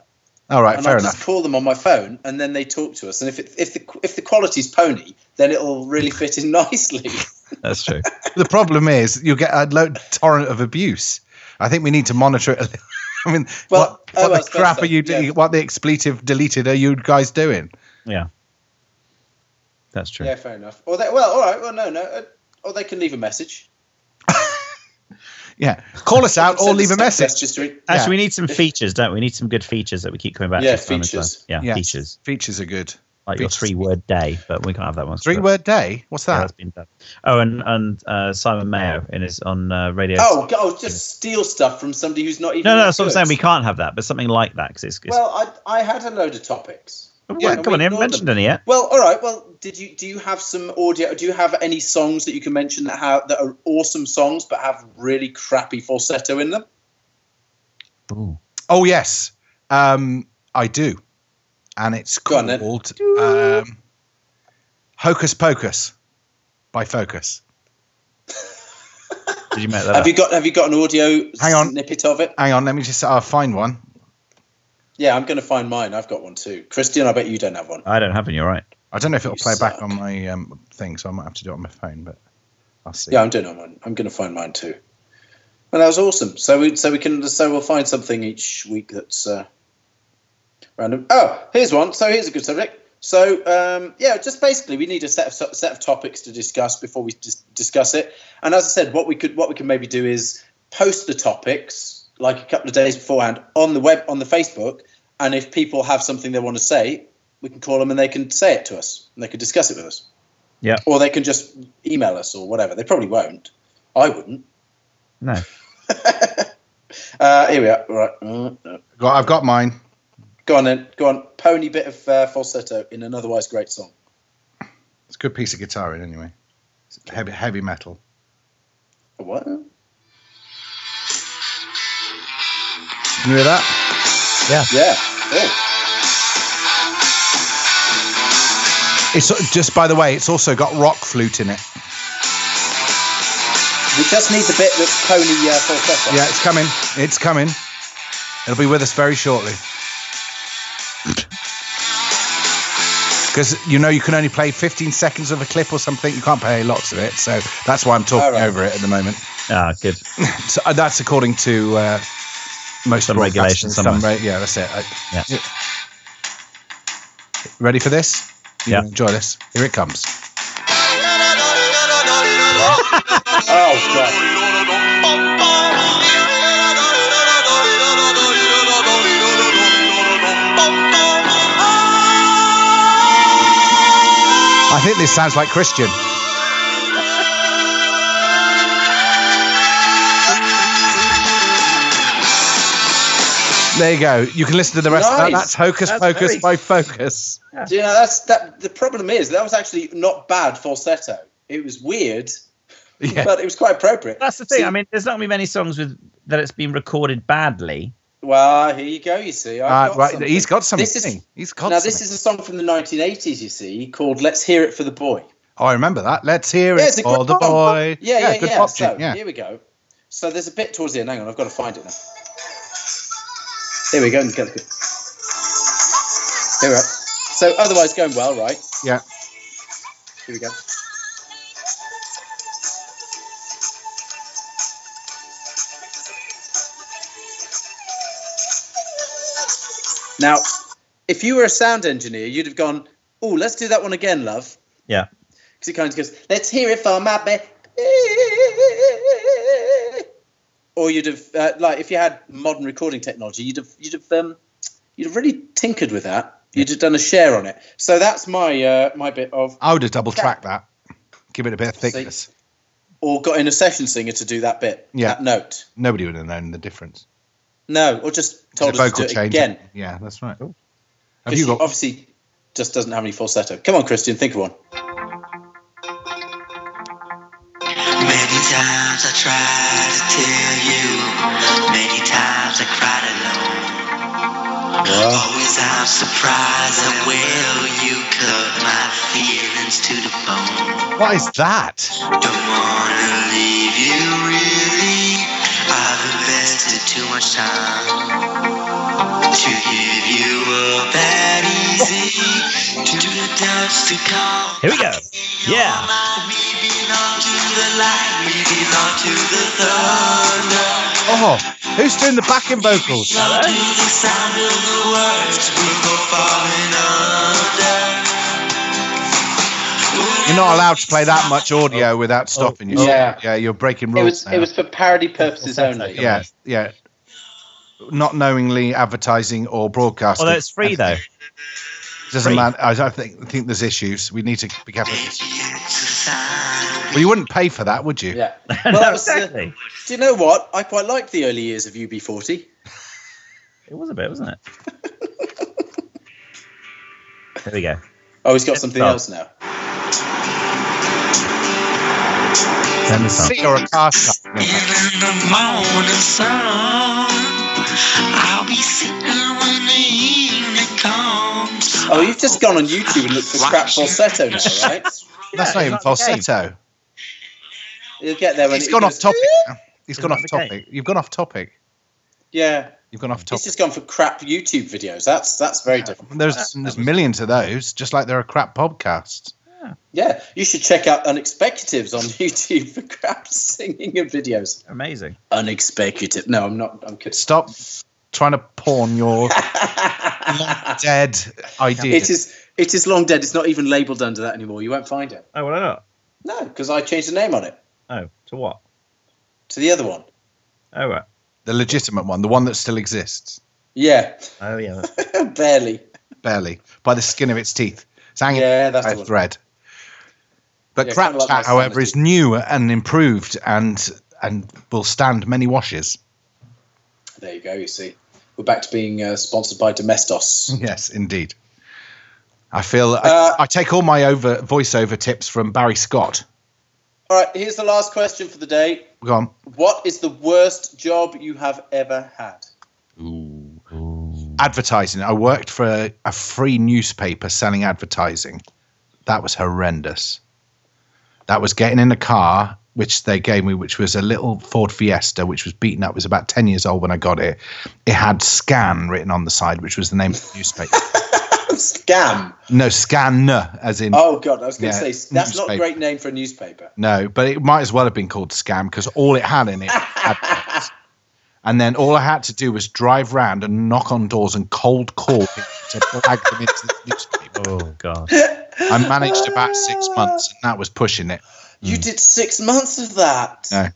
All right,
and I
fair
just
enough.
call them on my phone, and then they talk to us. And if it, if the if the quality's pony, then it'll really fit in nicely.
That's true.
the problem is you'll get a low torrent of abuse. I think we need to monitor it. a little. I mean,
Well,
what,
oh,
what
I
the
suppose
crap
so,
are you doing?
yeah.
What the expletive deleted are you guys doing?
Yeah, that's true.
yeah, fair enough. Or they, well, all right. Well, no, no. uh, Or they can leave a message.
Yeah, call us out or
Send
leave a
text
message.
messages e- through.
Actually,
Yeah.
we need some features, don't we? We need some good features that we keep coming back
Yeah,
to. Simon, as well.
features.
Yeah,
Yes.
features.
Features are good.
Like
Features.
your three-word day, but we can't have that one.
Three word day. What's
Yeah,
that?
that's been done. Oh, and and uh, Simon Mayo in his on uh, radio.
Oh, God, oh, just steal stuff from somebody who's not even.
no, no,
that
that's what I'm
good.
saying. We can't have that, but something like that because it's, it's
Well, I I had a load of topics.
Well,
yeah,
come
we
on, I haven't
ignore
mentioned
them.
any yet.
Well, all right. Well, did you do you have some audio? Do you have any songs that you can mention that have that are awesome songs but have really crappy falsetto in them?
Oh yes, um, I do, and it's
Go on, then.
called um, Hocus Pocus by Focus.
Did you make that?
have
up?
you got Have you got an audio
Uh, Hang on.
snippet of it?
Hang on, let me just uh, find one.
Yeah, I'm going to find mine. I've got one too. Christian, I bet you don't have one.
I don't have any. All right.
I don't know if it'll
You
play back
suck.
on my um, thing, so I might have to do it on my phone, but I'll see.
Yeah, I'm doing one. I'm going to find mine too. Well, that was awesome. So we so we can so we'll find something each week that's uh, random. Oh, here's one. So here's a good subject. So um, yeah, just basically, we need a set of set of topics to discuss before we dis- discuss it. And as I said, what we could what we can maybe do is post the topics like a couple of days beforehand on the web on the Facebook, and if people have something they want to say, we can call them and they can say it to us and they can discuss it with us.
Yeah.
Or they can just email us or whatever. They probably won't. I wouldn't.
No.
Uh, here we are. Right. Mm, no.
Well, I've got mine.
Go on then. Go on. Pony bit of uh, falsetto in an otherwise great song.
It's a good piece of guitar in anyway. It's heavy heavy metal.
A What?
Can you hear that?
Yeah. Oh.
It's just by the way, it's also got rock flute in it.
We just need the bit that's pony uh, falsetto.
Yeah, it's coming. It's coming. It'll be with us very shortly. Because you know you can only play 15 seconds of a clip or something. You can't play lots of it, so that's why I'm talking
All right.
over it at the moment.
Ah, good.
So, uh, that's according to uh, most
Some
broadcasters.
regulations
Some
somewhere.
re- yeah, that's it. I-
Yeah.
Ready for this? You're
Yeah.
gonna Enjoy this. Here it comes.
Oh god.
I think this sounds like Christian. There you go. You can listen to the rest of that.
Nice.
That's Hocus
That's
Pocus
very-
by Focus.
Do you know that's that the problem is that was actually not bad falsetto it was weird
Yeah.
but it was quite appropriate
That's the thing.
See-
I mean, there's not going to be many songs with that it's been recorded badly.
well here you go you see I've
Uh,
got
right.
something.
He's got something.
This is-
He's got
now
something.
this is a song from the 1980s you see called let's hear it for the boy
oh, I remember that. Let's hear
Yeah,
it
it's a
for
good
the
pop.
boy.
yeah yeah yeah,
good pop
so
tune, yeah.
here we go so there's a bit towards the end hang on I've got to find it now here we go Get the- here we are so otherwise going well right
Yeah.
here we go Now, if you were a sound engineer, you'd have gone, "Oh, let's do that one again, love,"
Yeah.
because it kind of goes, "Let's hear it for my baby." Or you'd have, uh, like, if you had modern recording technology, you'd have, you'd have, um, you'd have really tinkered with that. You'd have done a share on it. So that's my uh, my bit of,
I would have double tracked that. Give it a bit of
See?
thickness.
or got in a session singer to do that bit,
Yeah.
that note.
Nobody would have known the difference.
No, or just told
The
us to do it
change.
again.
Yeah, that's right. Have
Because
you
she
got?
obviously just doesn't have any falsetto. Come on, Christian, think of one.
Many times I tried to tell you, many times I cried alone. Always I'm surprised at well you cut my feelings to the bone.
What is that?
Don't wanna leave you really. I've invested too much time to give you up that easy. To the doubts to come.
Here we go. Yeah.
We belong to the light, we belong to the thunder.
Oh, who's doing the backing vocals?
Belong to the sound of the words, we're both falling under.
You're not allowed to play that much audio without stopping yourself.
Yeah.
yeah, you're breaking
It
rules.
was
now.
it was for parody purposes only.
yeah, yeah. Not knowingly advertising or broadcasting.
Although it's free though.
doesn't
free.
matter. I, I think I think there's issues. We need to be careful.
Take you to the sound.
Well, you wouldn't pay for that, would you?
Yeah.
No,
Well, that was, uh,
exactly.
do you know what? I quite liked the early years of UB40.
It was a bit, wasn't it? there we go.
Oh, he's got something
Oh.
else now.
Send this on.
See, or a car company.
In the morning sun, I'll be sitting when the evening comes.
Oh, you've just gone on YouTube and looked for crap falsetto now, right?
That's
Yeah,
not even
it's not the game.
falsetto.
You'll get there when
He's
it
gone off
goes-
topic. now. He's
It's
gone
not
off
the game.
topic. You've gone off topic.
Yeah,
You've gone off topic.
he's just gone for crap YouTube videos. That's that's very different.
There's there's millions of those, just like there are crap podcasts.
Yeah, you should check out Unexpectatives on YouTube for crap singing and videos.
Amazing.
Unexpected. No, I'm not. I'm kidding.
Stop trying to pawn your dead idea.
It is it is long dead. It's not even labelled under that anymore. You won't find it.
Oh, well, I know.
No, because I changed the name on it
Oh, to what?
to the other one.
Oh, right.
the legitimate one, the one that still exists,
Yeah,
Oh, yeah. that's-
barely.
barely by the skin of its teeth. It's hanging
Yeah, that's
by
the
a
one.
thread. But
Yeah,
crap
kinda like
chat,
my
however, is
sanity.
new and improved and and will stand many washes.
There you go. You see, we're back to being uh, sponsored by Domestos.
Yes, indeed. I feel
Uh,
I, I take all my over voiceover tips from Barry Scott.
All right, here's the last question for the day.
Go on.
What is the worst job you have ever had?
Advertising. I worked for a, a free newspaper selling advertising. That was horrendous. That was getting in a car, which they gave me, which was a little Ford Fiesta, which was beaten up. It was about 10 years old when I got it. It had Scan written on the side, which was the name of the newspaper.
Scam.
no, Scan, as in.
Oh God, I was going to
Yeah,
say that's not a
newspaper.
great name for a newspaper.
No, but it might as well have been called scam because all it had in it. had- and then all I had to do was drive round and knock on doors and cold call people to drag them into the newspaper.
Oh God.
I managed about six months, and that was pushing it.
You did six months of that.
Mm. No,
How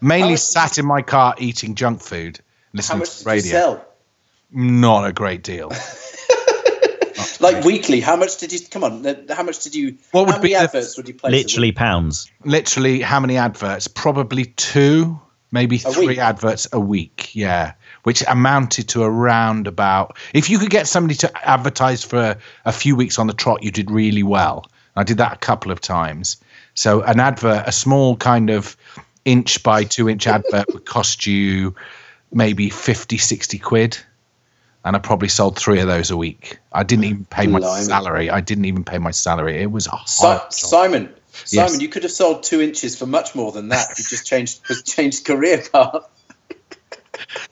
Mainly
much
sat in my car eating junk food,
How
listening
much
to
did
the
you
radio.
sell?
Not a great deal.
Like weekly? How much did you? Come on. th- How much did you?
What would
how many
be the-
adverts would you place? a week?
Literally pounds.
Literally, how many adverts? Probably two, maybe three
week.
adverts a week. Yeah, which amounted to around about. If you could get somebody to advertise for a, a few weeks on the trot, you did really well. I did that a couple of times. So an advert, a small kind of inch by two inch advert would cost you maybe 50, 60 quid. And I probably sold three of those a week. I didn't even pay my
Blimey.
salary. I didn't even pay my salary. It was a
Si-
hard job.
Simon.
Yes.
Simon, you could have sold two inches for much more than that. You just changed just changed career path.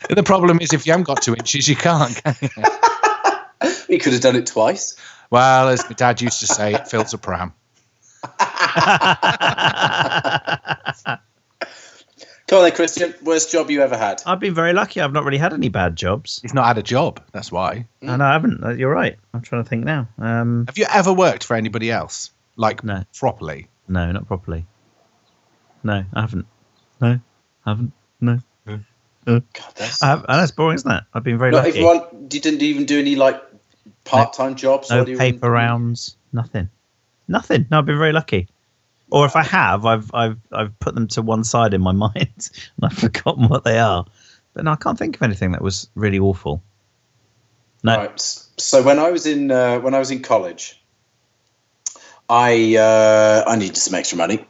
The problem is, if you haven't got two inches, you can't. can you?
You could have done it twice.
Well, as my dad used to say, it fills a pram.
Come on, then, Christian. Worst job you ever
Uh,
had?
I've been very lucky. I've not really had any bad jobs.
He's not had a job. That's why.
And I haven't. Uh, You're right. I'm trying to think now. Um,
Have you ever worked for anybody else? Like,
No.
properly?
no, not properly. No, I haven't. No, I haven't. No,
God, that's
I have, and that's boring, isn't it? I've been very
not
lucky.
everyone. You didn't even do any like part-time jobs.
no
or do you-
paper rounds, nothing, nothing. No, I've been very lucky. Or if I have, I've I've I've put them to one side in my mind and I've forgotten what they are. But no, I can't think of anything that was really awful. No,
Right. s- So when I was in uh, when I was in college, I uh, I needed some extra money.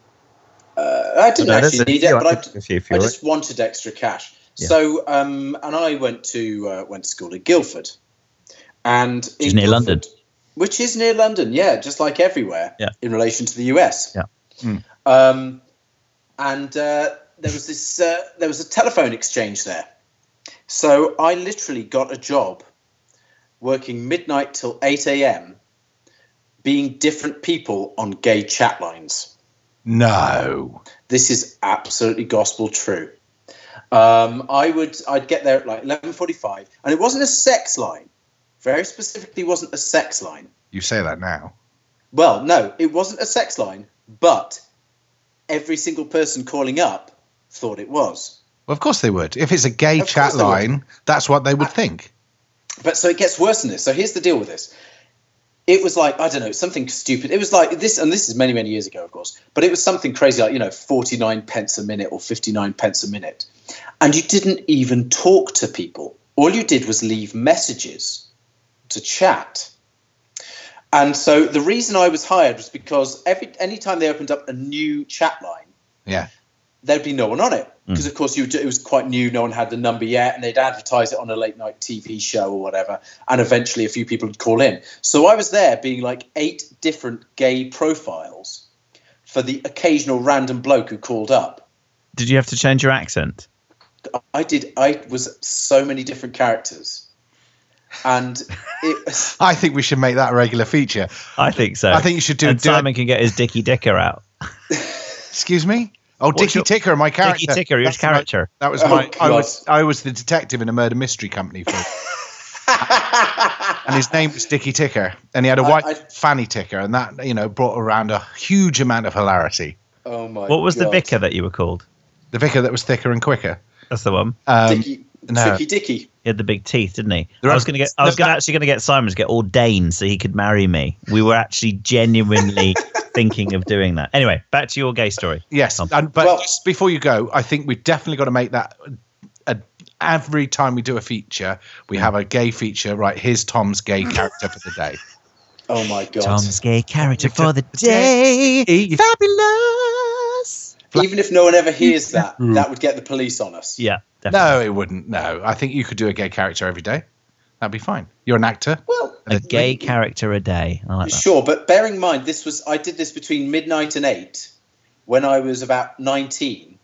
Uh, I didn't
No, there's
actually
a
need
few I
it, but I,
can think of a few if
I
you
just wanted extra cash.
Yeah.
So um, and I went to uh, went to school in Guildford, and in
is near London.
which is near London, yeah, just like everywhere
Yeah.
in relation to the US.
Yeah. Hmm.
Um, and uh, there was this uh, there was a telephone exchange there, so I literally got a job working midnight till eight a.m. being different people on gay chat lines.
No.
This is absolutely gospel true. Um, I would I'd get there at like eleven forty-five, and it wasn't a sex line. Very specifically, wasn't a sex line.
You say that now.
Well, no, it wasn't a sex line, but every single person calling up thought it was.
Well, of course they would. If it's a gay
Of
chat
course they would.
line, that's what they would think.
But so it gets worse than this. So here's the deal with this. It was like, I don't know, something stupid. It was like this, and this is many, many years ago, of course, but it was something crazy like, you know, 49 pence a minute or 59 pence a minute. And you didn't even talk to people. All you did was leave messages to chat. And so the reason I was hired was because every anytime they opened up a new chat line,
Yeah.
there'd be no one on it
Mm.
because of course you would, it was quite new no one had the number yet and they'd advertise it on a late night tv show or whatever and eventually a few people would call in so i was there being like eight different gay profiles for the occasional random bloke who called up
Did you have to change your accent?
i did i was so many different characters and it was
I think we should make that a regular feature.
I think so.
I think you should do-
And
do it-
Simon can get his Dicky Dicker out.
Excuse me? Oh, Dickie
your-
Ticker, my character.
Dicky Ticker, your
That's my-
character.
that was
Oh,
my. I
God.
was I was the detective in a murder mystery company for and his name was Dickie Ticker, and he had a white
I-
fanny ticker, and that you know brought around a huge amount of hilarity.
Oh my.
What was the
God.
vicar that you were called?
The vicar that was thicker and quicker.
That's the one.
Um,
Dicky,
no.
Tricky Dicky.
He had the big teeth, didn't he?
There
I
are-
was going to get. I was gonna, actually going to get Simon to get ordained so he could marry me. We were actually genuinely thinking of doing that. Anyway, back to your gay story.
yes,
Um,
and, but
Well-
just before you go, I think we've definitely got to make that. A, every time we do a feature, we
Mm.
have a gay feature. Right, here's Tom's gay character for the day.
Oh my God.
Tom's gay character for the
Day.
day. Fabulous.
Even if no one ever hears that, that would get the police on us.
Yeah. Definitely.
No, it wouldn't. No, I think you could do a gay character every day. That'd be fine. You're an actor.
Well,
A gay character a day. I like that.
sure, but bearing in mind this was I did this between midnight and eight when I was about nineteen.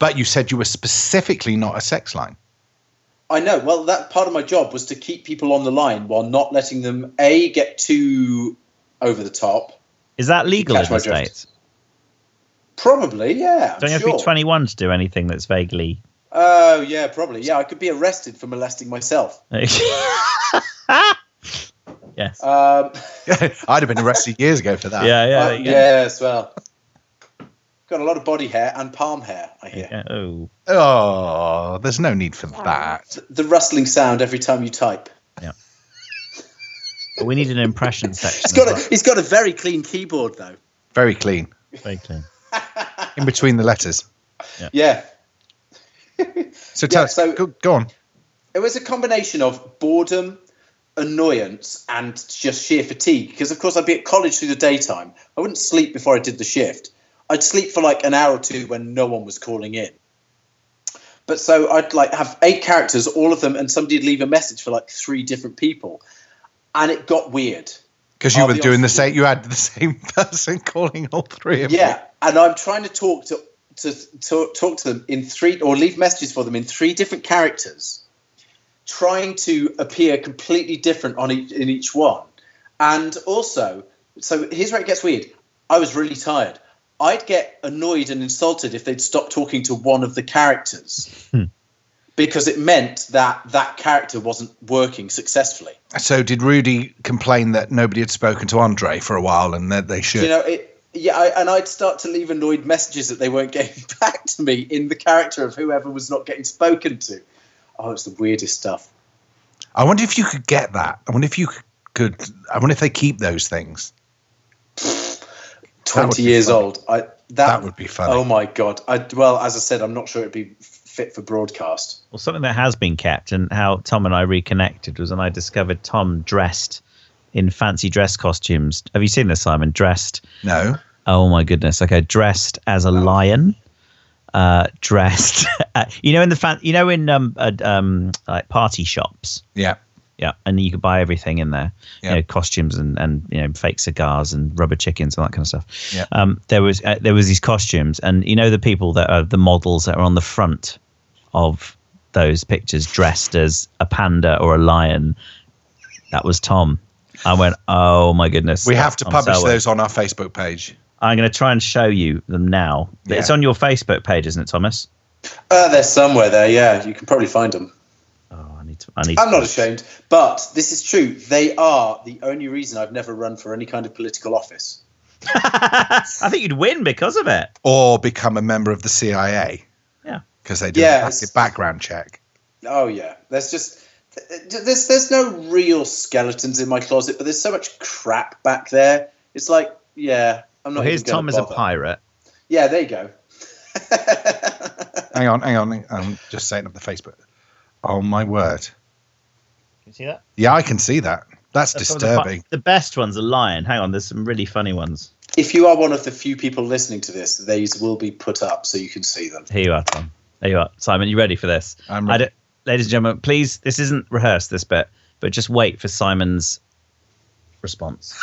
But you said you were specifically not a sex line.
I know. Well, that part of my job was to keep people on the line while not letting them a get too over the top.
Is that legal in
Catch
the
my drift.
states?
Probably, yeah. I'm
Don't you
sure.
have to be 21 to do anything that's vaguely.
Oh yeah, probably. Yeah, I could be arrested for molesting myself. Uh,
yes.
Um,
I'd have been arrested years ago for that.
yeah, yeah,
uh, yes, well, got a lot of body hair and palm hair. I hear
yeah. Oh,
Oh, there's no need for that.
the rustling sound every time you type.
But we need an impression section.
He's got
as
a he's got a very clean keyboard though.
Very clean.
well. Very clean.
In between the letters.
Yeah,
So tell
Yeah,
us.
so-
go, go on.
it was a combination of boredom, annoyance, and just sheer fatigue. Because of course I'd be at college through the daytime. I wouldn't sleep before I did the shift. I'd sleep for like an hour or two when no one was calling in. But so I'd like have eight characters, all of them, and somebody'd leave a message for like three different people, and it got weird.
Because you
I'll
were
be
doing the
honest with
same. You had the same person calling all three of you.
Yeah, and I'm trying to talk to to, to talk to them in three or leave messages for them in three different characters, trying to appear completely different on each in each one, and also so here's where it gets weird. I was really tired. I'd get annoyed and insulted if they'd stop talking to one of the characters. Because it meant that that character wasn't working successfully.
So did Rudy complain that nobody had spoken to Andre for a while and that they should?
you know it yeah I, and i'd start to leave annoyed messages that they weren't getting back to me in the character of whoever was not getting spoken to oh it's the weirdest stuff
I wonder if you could get that. I wonder if you could. could I wonder if they keep those things.
20
be
years
funny.
old i that,
That would be funny.
oh my god i well as i said i'm not sure it'd be f- fit for broadcast
Well, something that has been kept and how Tom and I reconnected was when I discovered Tom dressed in fancy dress costumes. Have you seen this, Simon? Dressed.
No.
Oh, my goodness. Okay. Dressed as a lion. Uh, dressed, you know, in the fan, you know, in um, uh, um, like party shops,
Yeah.
Yeah, and you could buy everything in there.
Yeah.
You know, costumes and, and you know fake cigars and rubber chickens and that kind of stuff.
Yeah.
Um, there was uh, there was these costumes, and you know the people that are the models that are on the front of those pictures dressed as a panda or a lion. That was Tom. I went, oh my goodness.
We
that's
have to
Tom
publish
Selwood."
those on our Facebook page.
I'm going to try and show you them now.
Yeah.
It's on your Facebook page, isn't it, Thomas?
uh, they're somewhere there yeah you can probably find them
Oh, I need to. I need.
i'm
to-
not ashamed but this is true they are the only reason i've never run for any kind of political office
I think you'd win because of it.
Or become a member of the CIA.
Yeah.
Because they do
Yeah,
a
it's-
massive background check.
Oh yeah, there's just there's there's no real skeletons in my closet, but there's so much crap back there. It's like yeah, I'm not.
Well, here's
even gonna
Tom as a
bother.
pirate.
Yeah, there you go.
Hang on, hang on. I'm just setting up the Facebook. Oh my word.
Can you see that?
Yeah, I can see that. That's,
That's probably the
disturbing.
fu- The, best one's a lion. Hang on, there's some really funny ones.
if you are one of the few people listening to this, these will be put up so you can see them.
Here you are, Tom. There you are, Simon. You ready for this?
I'm
I
ready.
don't- ladies and gentlemen, please. This isn't rehearsed. This bit, but just wait for Simon's response.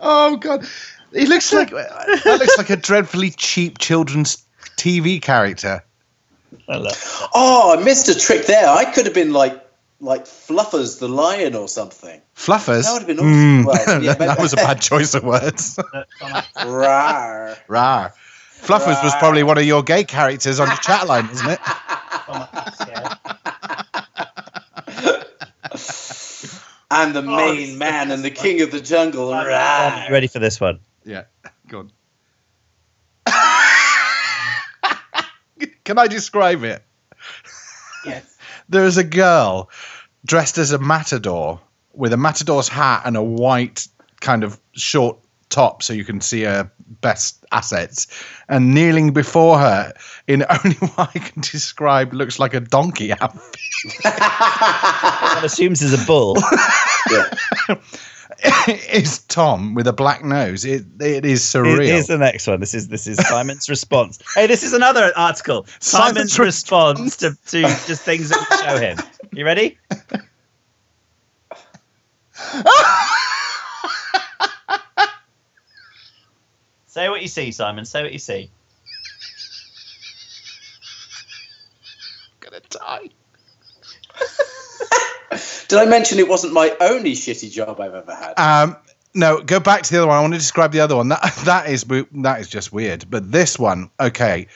Oh god. He looks like that looks like a dreadfully cheap children's TV character.
Oh, I missed a trick there. I could have been like like Fluffers the lion or something.
Fluffers.
That would have been
Mm.
awesome. Well, yeah,
that was a bad choice of words.
Rawr.
Rah. Fluffers was probably one of your gay characters on the chat line, isn't it?
I'm the main man and the king of the jungle.
I'm
Right.
ready for this one.
Yeah, go on. Can I describe it?
Yes.
There is a girl dressed as a matador with a matador's hat and a white kind of short top so you can see her best assets and kneeling before her in only what I can describe looks like a donkey outfit.
One assumes there's a bull.
it's Tom with a black nose. It, it is surreal.
Here's the next one. This is this is Simon's response. Hey, this is another article. Simon's,
Simon's
response to, to just things that we show him. You ready? Say what you see, Simon. Say what you see.
Did I mention it wasn't my only shitty job I've ever had?
Um, no, go back to the other one. I want to describe the other one. That that is w- that is just weird. But this one, okay.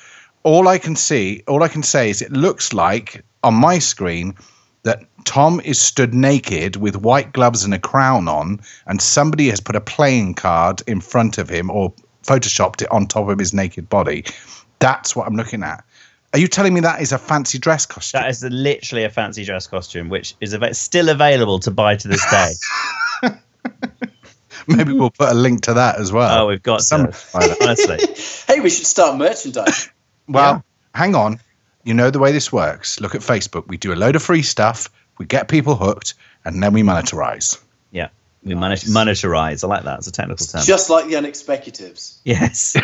All I can see, all I can say is it looks like on my screen that Tom is stood naked with white gloves and a crown on, and somebody has put a playing card in front of him or photoshopped it on top of his naked body. That's what I'm looking at. Are you telling me that is a fancy dress costume?
That is literally a fancy dress costume, which is ava- still available to buy to this day.
Maybe we'll put a link to that as well.
Oh, we've got
Some-
some. Honestly,
hey, we should start merchandise.
Well, hang on. You know the way this works. Look at Facebook. We do a load of free stuff, we get people hooked, and then we monetize.
yeah, we manage monetize. I like that. It's a technical term.
Just like the unexpecutives.
Yes,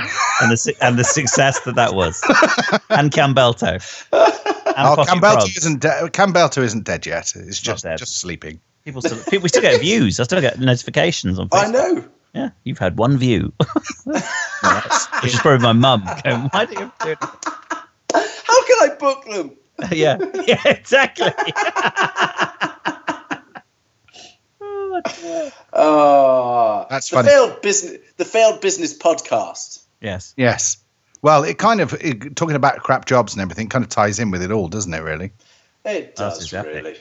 and the su- and the success that that was, and Cambelto, and
Oh,
Pocket
Cambelto
Probs.
isn't, de- Cambelto isn't dead yet. It's just
dead.
just sleeping.
People still, people, we still get views. I still get notifications on Facebook.
I know.
Yeah, you've had one view, which is probably my mum. Going, Why do you? Do it?
How can I book them?
yeah, yeah, exactly. Oh, dear.
Ah,
That's
the
funny.
failed business. The failed business podcast.
yes,
Yes. Well, it kind of it, talking about crap jobs and everything kind of ties in with it all, doesn't it? Really.
It
That's
does
epic.
really.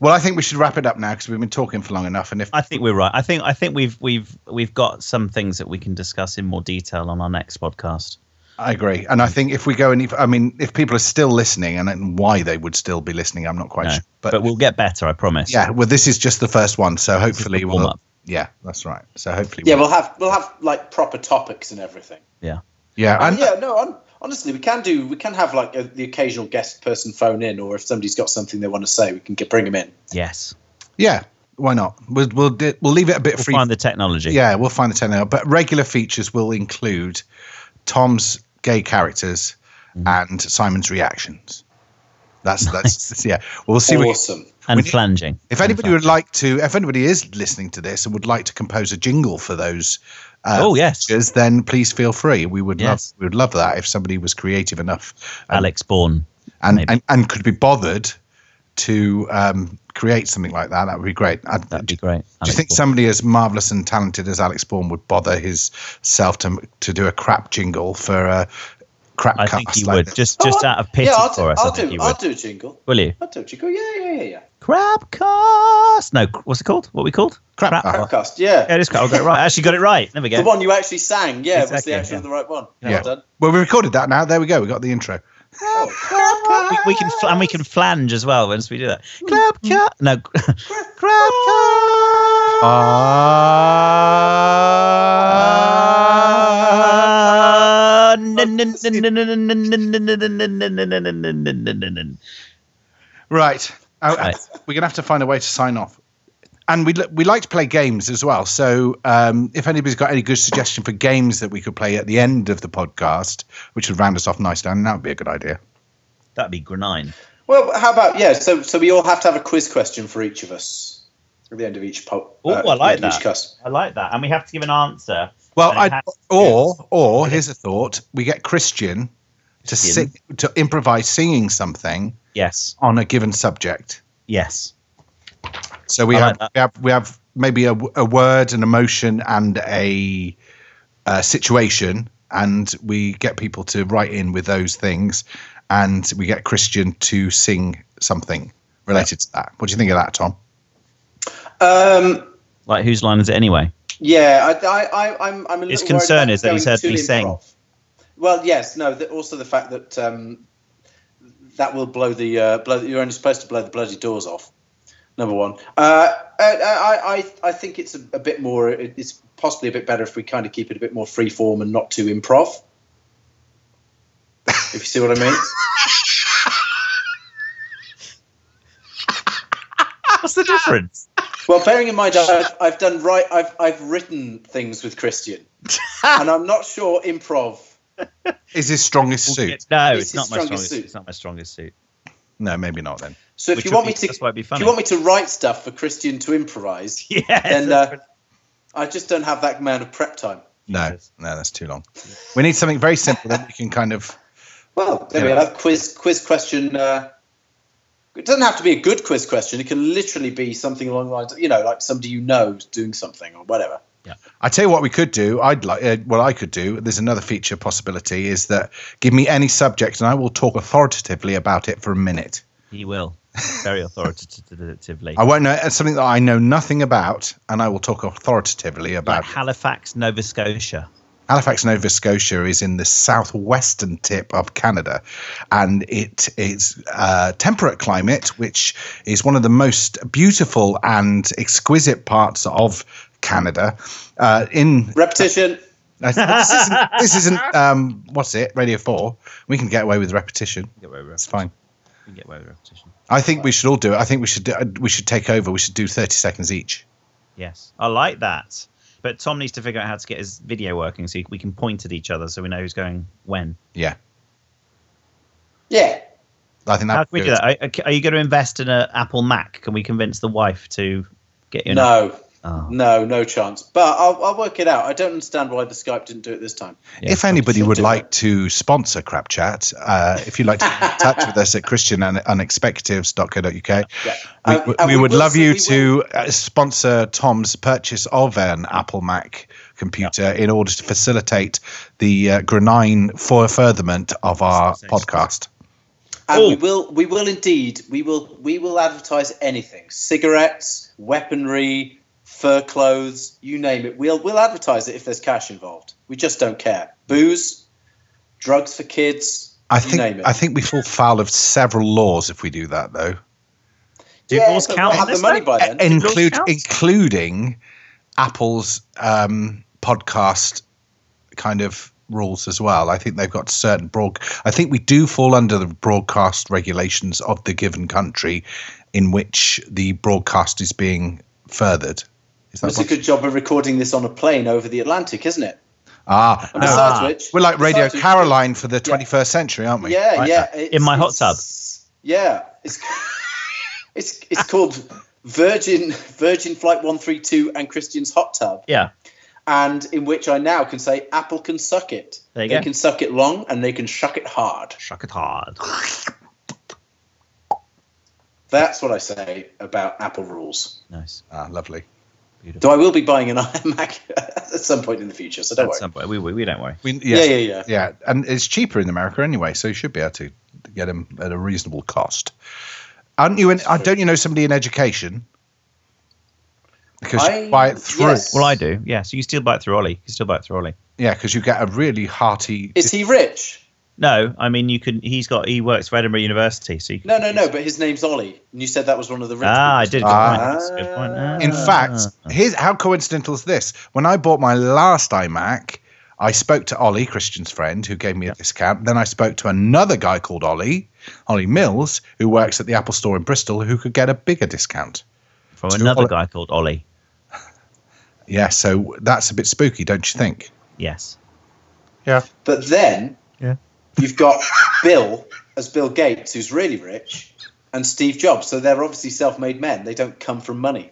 Well, I think we should wrap it up now because we've been talking for long enough. And if
I think we're right. I think I think we've we've we've got some things that we can discuss in more detail on our next podcast.
I agree, and I think if we go and if I mean, if people are still listening, and, and why they would still be listening, I'm not quite
No,
sure.
but, we'll get better, I promise.
Yeah, well, this is just the first one, so hopefully
the
we'll.
warm-up.
Yeah, that's right. So hopefully,
Yeah,
we'll,
we'll have we'll have like proper topics and everything.
yeah.
yeah, and,
Oh, yeah, no. hon- honestly, we can do. We can have like a, the occasional guest person phone in, or if somebody's got something they want to say, we can get, bring them in.
Yes.
yeah. Why not? We'll we'll, di- we'll leave it a bit
We'll
free.
find the technology.
yeah, we'll find the ten out. But regular features will include Tom's gay characters
Mm-hmm.
and Simon's reactions. That's that's yeah. We'll see. what-
awesome.
and
We need-
flanging.
if anybody would like to, if anybody is listening to this and would like to compose a jingle for those. Uh,
Oh, yes.
features, then please feel free. We would
Yes.
love we would love that if somebody was creative enough and
Alex Bourne.
and,
Maybe.
and, and could be bothered to um, create something like that, that would be great. I,
That'd
do,
be great.
do you
Alex
think
Bourne.
somebody as marvelous and talented as Alex Bourne would bother his self to to do a crap jingle for a crap
I
cast?
think he
like
would.
this?
Just just out of pity
Oh, yeah, I'll, do-
for us,
I'll
I think
do.
he
I'll
would.
do a jingle.
Will you?
I'll do a jingle. Yeah, yeah, yeah, yeah.
Crab cast. No, cr- what's it called? What are we called?
Crab cast.
cast.
Podcast. Yeah.
Yeah, it is crab. I got it right. I actually got it right. There we
The
go.
one you actually sang, yeah, was
Exactly,
the actual
yeah.
the right one.
yeah.
Well done.
Well, we recorded that now. There we go. We got the intro.
We, we can fl- and we can flange as well once we do that. Crab cast. No, crab cast.
Right. Uh,
Right.
We're going to have to find a way to sign off. And we, we like to play games as well. So um, if anybody's got any good suggestion for games that we could play at the end of the podcast, which would round us off nicely, and that would be a good idea.
That'd be grenine.
Well, how about yeah? So, so we all have to have a quiz question for each of us at the end of each poll.
Oh, I like that.
Each cast.
I like that. And we have to give an answer.
Well,
And it
I
has-
or or here's a thought: we get Christian to
Christian.
sing, to improvise singing something
Yes.
on a given subject.
Yes.
So we
I
have,
like that.
we have we have maybe a, w- a word, an emotion, and a, uh situation, and we get people to write in with those things, and we get Christian to sing something related to that. What do you think of that, Tom?
Um,
Like, whose line is it anyway?
yeah, I, I, I, I'm, I'm a little
His
worried
concern
about
is that he's
going
heard
too
me sing.
improv. Well, yes, no. The, also, the fact that um, that will blow the uh, blow. You're only supposed to blow the bloody doors off. Number one. Uh, I, I, I think it's a, a bit more. It's possibly a bit better if we kind of keep it a bit more free form and not too improv. If you see what I mean.
What's the difference?
Well, bearing in mind I've, I've done right, I've I've written things with Christian, and I'm not sure improv.
Is his strongest suit?
No, it's,
It's his
not my
strongest
strongest
suit.
It's not my strongest suit.
No, maybe not then.
So if
Which
you
would
want
be-
me to,
that's why it'd be
if
funny.
you want me to write stuff for Christian to improvise,
Yeah.
Then, uh, I just don't have that amount of prep time.
No,
Jesus.
no, that's too long. We need something very simple that we can kind of.
Well, there we
Yeah.
are. Quiz quiz question. Uh, it doesn't have to be a good quiz question. It can literally be something along the lines, you know, like somebody you know is doing something or whatever.
I tell you what, we could do. I'd like uh, what I could do. There's another feature possibility is that give me any subject and I will talk authoritatively about it for a minute.
he will. Very authoritatively.
I won't know it's something that I know nothing about, and I will talk authoritatively
Like
about.
Halifax, Nova Scotia.
Halifax, Nova Scotia, is in the southwestern tip of Canada, and it is a temperate climate, which is one of the most beautiful and exquisite parts of Canada. Uh, in
Repetition.
this isn't, this isn't um, what's it? Radio Four. We can get away with repetition.
Get away with
It's fine.
repetition. Get away with repetition.
I think we should all do it. I think we should do, uh, we should take over. We should do thirty seconds each.
Yes, I like that. But Tom needs to figure out how to get his video working so we can point at each other so we know who's going when.
Yeah,
Yeah.
I think that.
How
would
can we
do
do
it.
that? Are, are you going to invest in an Apple Mac? Can we convince the wife to get you? an-
No.
Oh,
No, no chance. But I'll, I'll work it out. I don't understand why the Skype didn't do it this time.
yeah.
if anybody
Sure
would
do.
like to sponsor Crap Chat, uh, if you'd like to get in touch with us at christianunexpectatives.co.uk,
Yeah.
we,
Um,
we,
and
would
will
love
say-
you
we
to
will-
uh, sponsor Tom's purchase of an Apple Mac computer in order to facilitate the uh, granine for furtherment of our podcast.
And we
Oh.
will we will indeed we will we will advertise anything. Cigarettes, weaponry, fur clothes, you name it. We'll we'll advertise it if there's cash involved. We just don't care. Booze, drugs for kids,
I
you name
think
it.
I think we fall foul of several laws if we do that, though,
Do
Yeah,
laws
but
count
we'll
on
have the
this
money
thing?
by then.
include
laws count?
including Apple's um, podcast kind of rules as well. I think they've got certain broad. I think we do fall under the broadcast regulations of the given country in which the broadcast is being furthered. Is that
It's a
what?
good job of recording this on a plane over the Atlantic, isn't it?
ah,
And
no,
besides
Ah.
which,
we're like Radio
besides which-
Caroline for the 21st century, aren't we?
Yeah,
Like
yeah.
that.
it's-
In my hot
it's- Yeah, it's it's it's called Virgin Virgin Flight One Three Two and Christian's Hot Tub.
Yeah.
and in which I now can say Apple can suck it.
There you
they
go.
can suck it long and they can shuck it hard.
Shuck it hard.
That's what I say about Apple rules.
Nice.
Ah, lovely.
Though I will be buying an iMac at some point in the future, so don't
That's
worry.
somebody. We, we, we don't worry.
We,
Yeah,
yeah,
yeah, yeah.
yeah, and it's cheaper in America anyway, so you should be able to get them at a reasonable cost. Aren't you? In, uh, don't you know somebody in education? Because
I-
you buy it through,
yes.
Well, I do. Yeah. So you still buy it through Ollie. You still buy it through Ollie.
yeah, because you get a really hearty.
Is he rich?
No, I mean you can. He's got. He works for Edinburgh University. So you can,
No, no, no. But his name's Ollie, and you said that was one of the rich.
Ah, I
people's-
did. Good
Ah.
point. That's a good point. Ah.
uh,
in fact, here's how coincidental is this? When I bought my last iMac, I spoke to Ollie, Christian's friend, who gave me a discount. Then I spoke to another guy called Ollie, Ollie Mills, who works at the Apple Store in Bristol, who could get a bigger discount.
from
to
another
Ollie-
guy called Ollie.
Yeah, so that's a bit spooky, don't you think?
Yes.
Yeah.
But then
Yeah.
you've got Bill as Bill Gates, who's really rich, and Steve Jobs. So they're obviously self-made men. They don't come from money.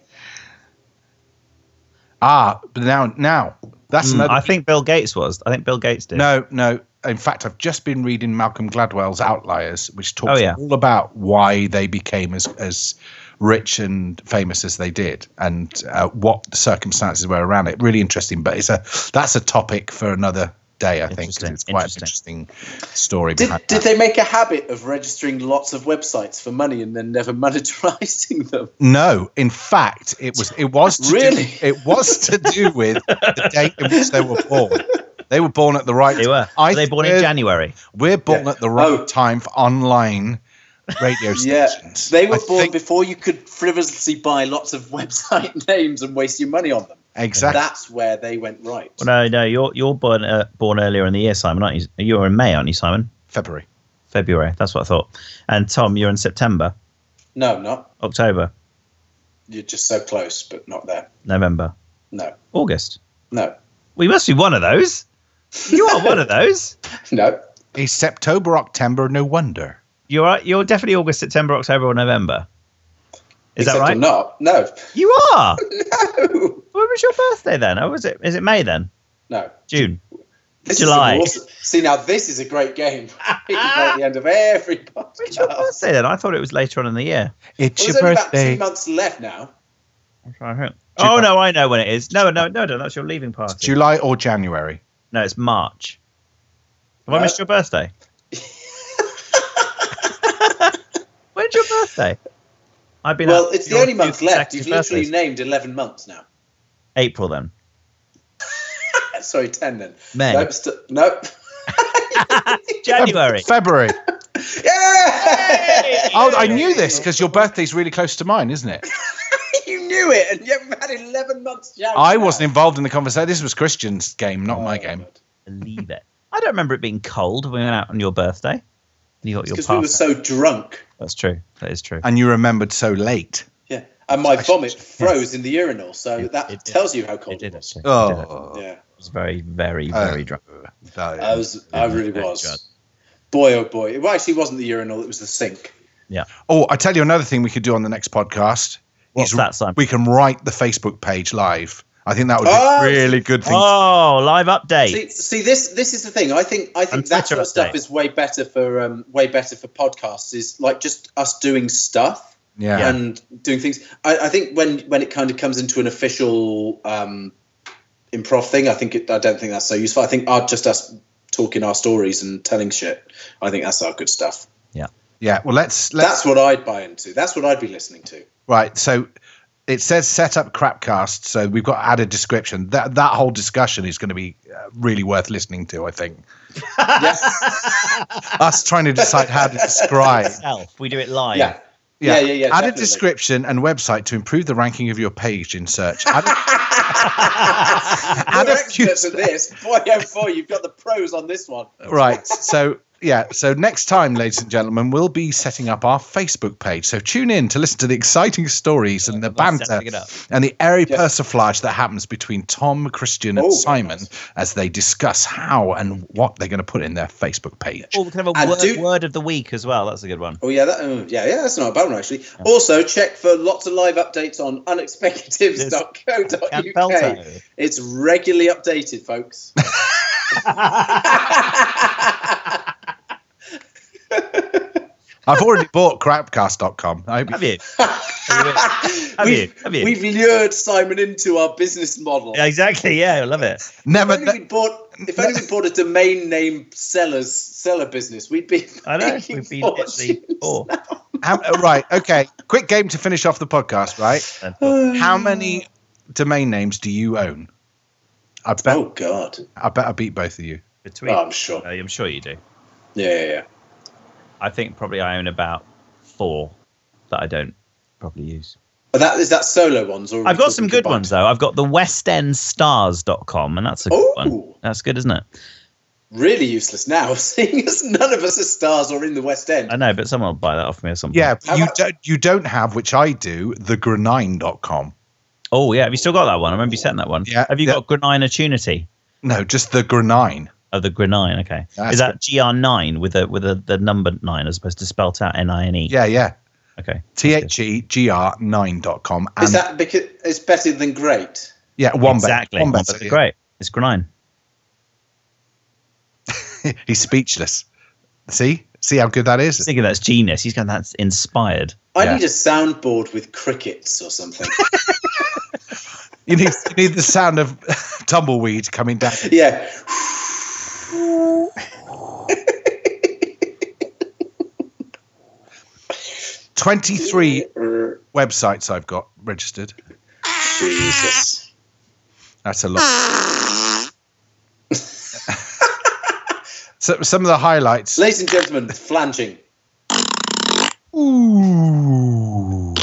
Ah, but now, now that's
Mm,
another.
I think Bill Gates was. I think Bill Gates did.
no, no. In fact, I've just been reading Malcolm Gladwell's Outliers, which talks
Oh, yeah.
all about why they became as as rich and famous as they did, and uh, what the circumstances were around it. Really interesting, but it's a that's a topic for another day, I think, 'cause
Interesting,
it's quite an interesting story
Did,
behind
did
that.
they make a habit of registering lots of websites for money and then never monetizing them?
No, in fact, it was it was to
Really?
do, it was to do with the date in which they were born. They were born at the right.
They were.
I
Were they born in
swear-
January?
We're born
Yeah.
at the right
Oh.
time for online radio
Yeah,
stations.
they were
I
born
think-
before you could frivolously buy lots of website names and waste your money on them.
exactly.
That's where they went right.
Well, no, no. You're you're born uh, born earlier in the year, Simon, aren't you? You're in May, aren't you, Simon?
February.
February. That's what I thought. And Tom, you're in September,
No, not.
October,
You're just so close, but not there.
November,
No,
August.
no,
We must be one of those. You are one of those.
no.
It's September, October. No wonder.
You're right- you're definitely August, September, October, or November. Is
Except
that right?
I'm not. No,
You are.
no,
When was your birthday then? Or was it? Is it May then?
no.
June.
This
July.
Is awesome. See, now this is a great game. You know, at the end of every
When's your
podcast.
birthday then? I thought it was later on in the year.
It's
Well,
your
there's only about two
birthday.
months left now.
I'm trying to think. Oh no, I know when it is. No, no, no, no. That's your leaving party.
July or January.
No, it's March. Have I
No.
missed your birthday? When's your birthday? I've been.
Well,
up
it's the
your
only
two
month left. You've
consecutive
literally
birthdays.
named 11 months now.
April then.
Sorry, 10 then.
May.
Nope. St- nope.
January.
February.
yeah!
Oh, I knew this because your birthday's really close to mine, isn't it?
you knew it, and yet we've had 11 months. Oh, shouting
I
now.
wasn't involved in the conversation. This was Christian's game, not my game.
Believe it. I don't remember it being cold when we went out on your birthday. You got your
Because we were
pass.
so drunk.
That's true. That is true.
And you remembered so late.
Yeah. And my vomit froze in the urinal, so that
it did.
tells you how
It
cold it,
did
was.
actually. It did actually.
Oh,
Yeah.
I was very, very,
Oh.
very drunk.
I
no.
was. I really
Yeah, God.
was. Boy, oh boy. It actually wasn't the urinal, it was the sink.
Oh, I tell you another thing we could do on the next podcast.
What's
is
that, Simon?
We can write the Facebook page live. I think that would be
Oh.
a really good thing.
Oh, live update.
See, see, this this is the thing. I think I think
And
that
Twitter
sort of stuff
update.
is way better for um, way better for podcasts. Is like just us doing stuff
Yeah.
and doing things. I, I think when when it kind of comes into an official um, improv thing, I think it, I don't think that's so useful. I think uh, just us talking our stories and telling shit. I think that's our good stuff.
Yeah. Well, let's let's
That's what I'd buy into. That's what I'd be listening to.
Right. So it says set up crapcast. So we've got added description. That that whole discussion is going to be uh, really worth listening to. I think us trying to decide how to describe.
Self. We do it live.
Yeah, yeah, yeah, yeah.
Add a
definitely.
description and website to improve the ranking of your page in search. Add a,
You're
add a few-
experts at this. Boy, oh boy, you've got the pros on this one.
right. So yeah. So next time, ladies and gentlemen, we'll be setting up our Facebook page. So tune in to listen to the exciting stories and the
Let's
banter
setting it up.
and the airy
Yeah.
persiflage that happens between Tom, Christian, and
Oh, very
Simon
nice.
as they discuss how and what they're going to put in their Facebook page.
Oh, we can have a
And
word,
do-
word of the week as well. That's a good one.
Oh yeah, that, oh, yeah, yeah. That's not a bad one actually. Also, check for lots of live updates on unexpectatives.co.uk.
Campelto.
It's regularly updated, folks.
I've already bought crapcast.com. I hope
Have
you-
you? Have you?
we've,
Have you?
we've lured Simon into our business model.
Yeah, exactly. Yeah, I love it.
If
Never.
only we bought, if only we bought a domain name sellers seller business, we'd be.
I know.
making
We've been literally
fortunes.
poor.
how- right. Okay. Quick game to finish off the podcast, right? How many domain names do you own? I bet,
Oh God!
I bet I beat both of you.
Between,
Oh, I'm sure.
Uh, I'm sure you do.
Yeah, yeah, yeah.
I think probably I own about four that I don't probably use.
But that is that solo ones. Or are we
I've got
talking
some good
combined?
ones though. I've got the westendstars.com and that's a good one.
Oh!
Ooh.
That's good, isn't it?
really useless now, seeing as none of us are stars or in the West End.
I know, but someone will buy that off me or something.
Yeah.
How
you
about-
don't. You don't have, which I do, the grenine.com.
Oh yeah. Have you still got that one? I remember you sent that one.
Yeah,
Have you
yeah.
got Grenine Opportunity?
No, just the grenine.
Oh, the Grenine. Okay.
That's
Is that GR nine with a with a the number nine as opposed to spelt out N I N E?
Yeah. Yeah.
Okay.
T H E G R 9.com. And
Is that because it's better than great?
yeah, Wombat.
Exactly.
Wombat's
Wombat's
here.
great. It's Grenine.
He's speechless. See? See how good that
He's
is?
thinking that's genius. He's going, that's inspired.
I
Yeah.
need a soundboard with crickets or something.
You need, you need the sound of tumbleweed coming down.
yeah.
Twenty-three websites I've got registered.
Jesus.
That's a lot. so some of the highlights.
Ladies and gentlemen, flanging.
Ooh.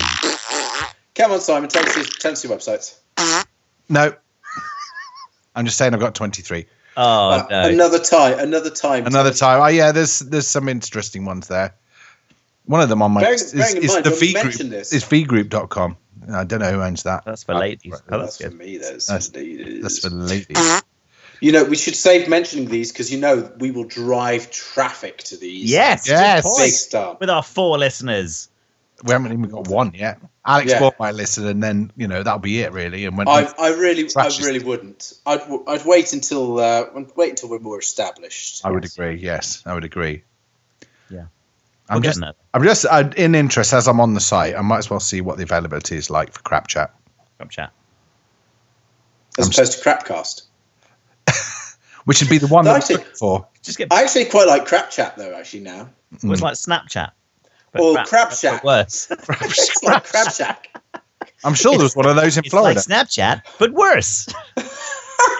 Come on, Simon, tell us, these- tell us your websites.
No. I'm just saying I've got 23.
Oh
Uh,
no!
Another time, another time.
Another time. Oh yeah, there's there's some interesting ones there. One of them on my
Bearing-
is,
bearing in
is
mind,
the
when
V
we
group.
mentioned this-
It's vgroup.com. I don't know who owns that.
That's for
Uh,
ladies. Oh, that's
That's for
good.
me, those.
That's-
ladies.
That's for ladies.
You know, we should save mentioning these because you know we will drive traffic to these.
Yes. good
Yes.
point.
Big time.
With our four listeners.
We haven't even got one yet. Alex
Yeah.
bought my listen, and then you know that'll be it really. And when
I, I really, I
Trashes.
really wouldn't. I'd, w- I'd wait until, uh, wait until we're more established.
I would agree. Yes, I would agree.
Yeah.
I'm
We're
just,
getting there.
I'm just uh, in interest as I'm on the site. I might as well see what the availability is like for crap chat.
Crap chat.
As
I'm
opposed to Crapcast.
which would be the one
No,
that
I
I'm
think-
looking for.
Just get.
I actually quite like Crap Chat though. Actually now,
It was like Snapchat. but
or
crap-
Crab
but
Shack.
Worse.
It's like Crab Shack.
I'm sure there was one of those in
It's like
Florida.
Snapchat, but worse.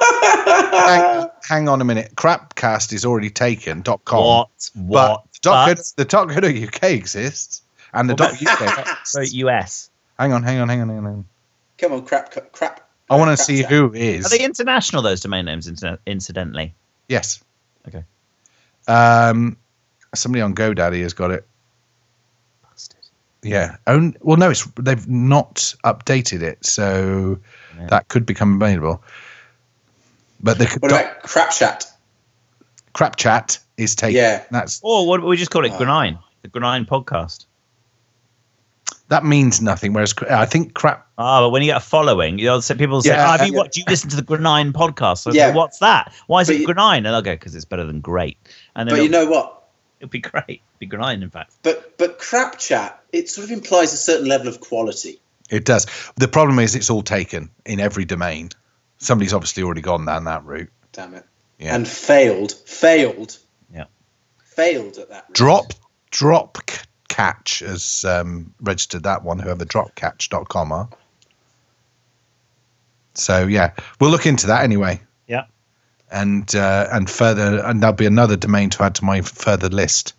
hang, hang on a minute. Crapcast is already taken. Dot com.
What?
But
What?
the dot,
but-
the dot code UK exists, and the
Well,
dot UK.
so US.
hang on, hang on, hang on, hang on, hang on.
Come on, Crap Ca- Crap.
I want to
Crap
see
Chat.
who is.
Are they international? Those domain names, incident- incidentally.
yes.
Okay.
Um, somebody on GoDaddy has got it.
Bastard.
Yeah. Own, well, no, it's they've not updated it, so
Yeah.
that could become available. But the
What
dot,
about Crap Chat?
crap chat is taken.
Yeah.
That's
Or what we just call it
Uh,
Grenine, the Grenine podcast.
that means nothing. Whereas cra- I think crap.
Ah, but when you get a following, you know, so people say,
Yeah,
oh, "Have you
yeah.
what? Do you listen to the Grenine podcast?" I
Yeah.
go, "What's that? Why is
But
it
you-
Grenine?" And I'll go, "Because it's better than great." And then it'll,
But you know what?
it'll be great, it'll be Grenine, in fact.
But but Crap Chat it sort of implies a certain level of quality.
It does. The problem is it's all taken in every domain. Somebody's obviously already gone down that route.
Damn it.
Yeah.
And failed, failed,
Yeah.
failed at that. rate.
Drop drop C- catch has um, registered that one. Whoever dropcatch.com are. So yeah, we'll look into that anyway.
Yeah.
And uh, and further, and there'll be another domain to add to my further list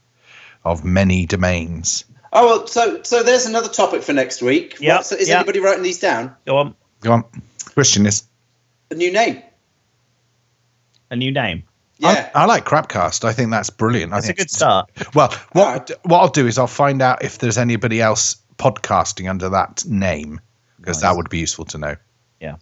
of many domains.
Oh well, so so there's another topic for next week.
Yeah,
What- so is
yeah.
anybody writing these down?
Go on,
Go on, Christian is.
A new name.
a new name.
Yeah.
I, I like Crapcast. I think that's brilliant. I
That's a
think
good start.
Well, what
Uh,
Alright.
what I'll do is I'll find out if there's anybody else podcasting under that name because
Nice.
that would be useful to know.
yeah.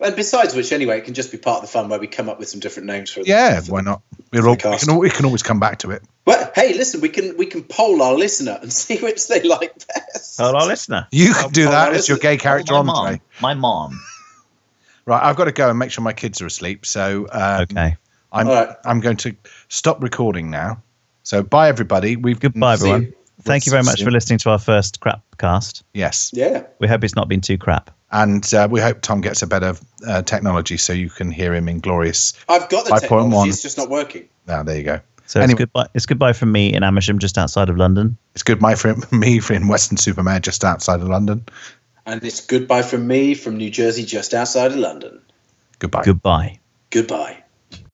And besides which, anyway, it can just be part of the fun where we come up with some different names for.
Yeah,
for
why not? We're all, we,
Podcast.
can, al- we can always come back to it.
Well, hey, listen, we can we can poll our listener and see which they like best.
Hello, listener.
You could do
well,
that
well,
as your
listen,
gay character
Oh,
on
my mom.
today.
My mom.
Right, I've got to go and make sure my kids are asleep. So um,
Okay.
I'm
Alright.
I'm going to stop recording now. So bye everybody. We've
Goodbye,
see you.
everyone. Thank you very much for listening to our first crap cast.
Yes,
Yeah.
We hope it's not been too crap.
and uh, we hope Tom gets a better uh, technology so you can hear him in glorious.
I've got the
5.1.
technology. It's just not working.
Now there you go.
So
Anyway.
it's goodbye. It's goodbye from me in Amersham, just outside of London.
It's good my for me for in Western Supermare just outside of London.
And it's goodbye from me from New Jersey, just outside of London.
Goodbye.
Goodbye.
Goodbye.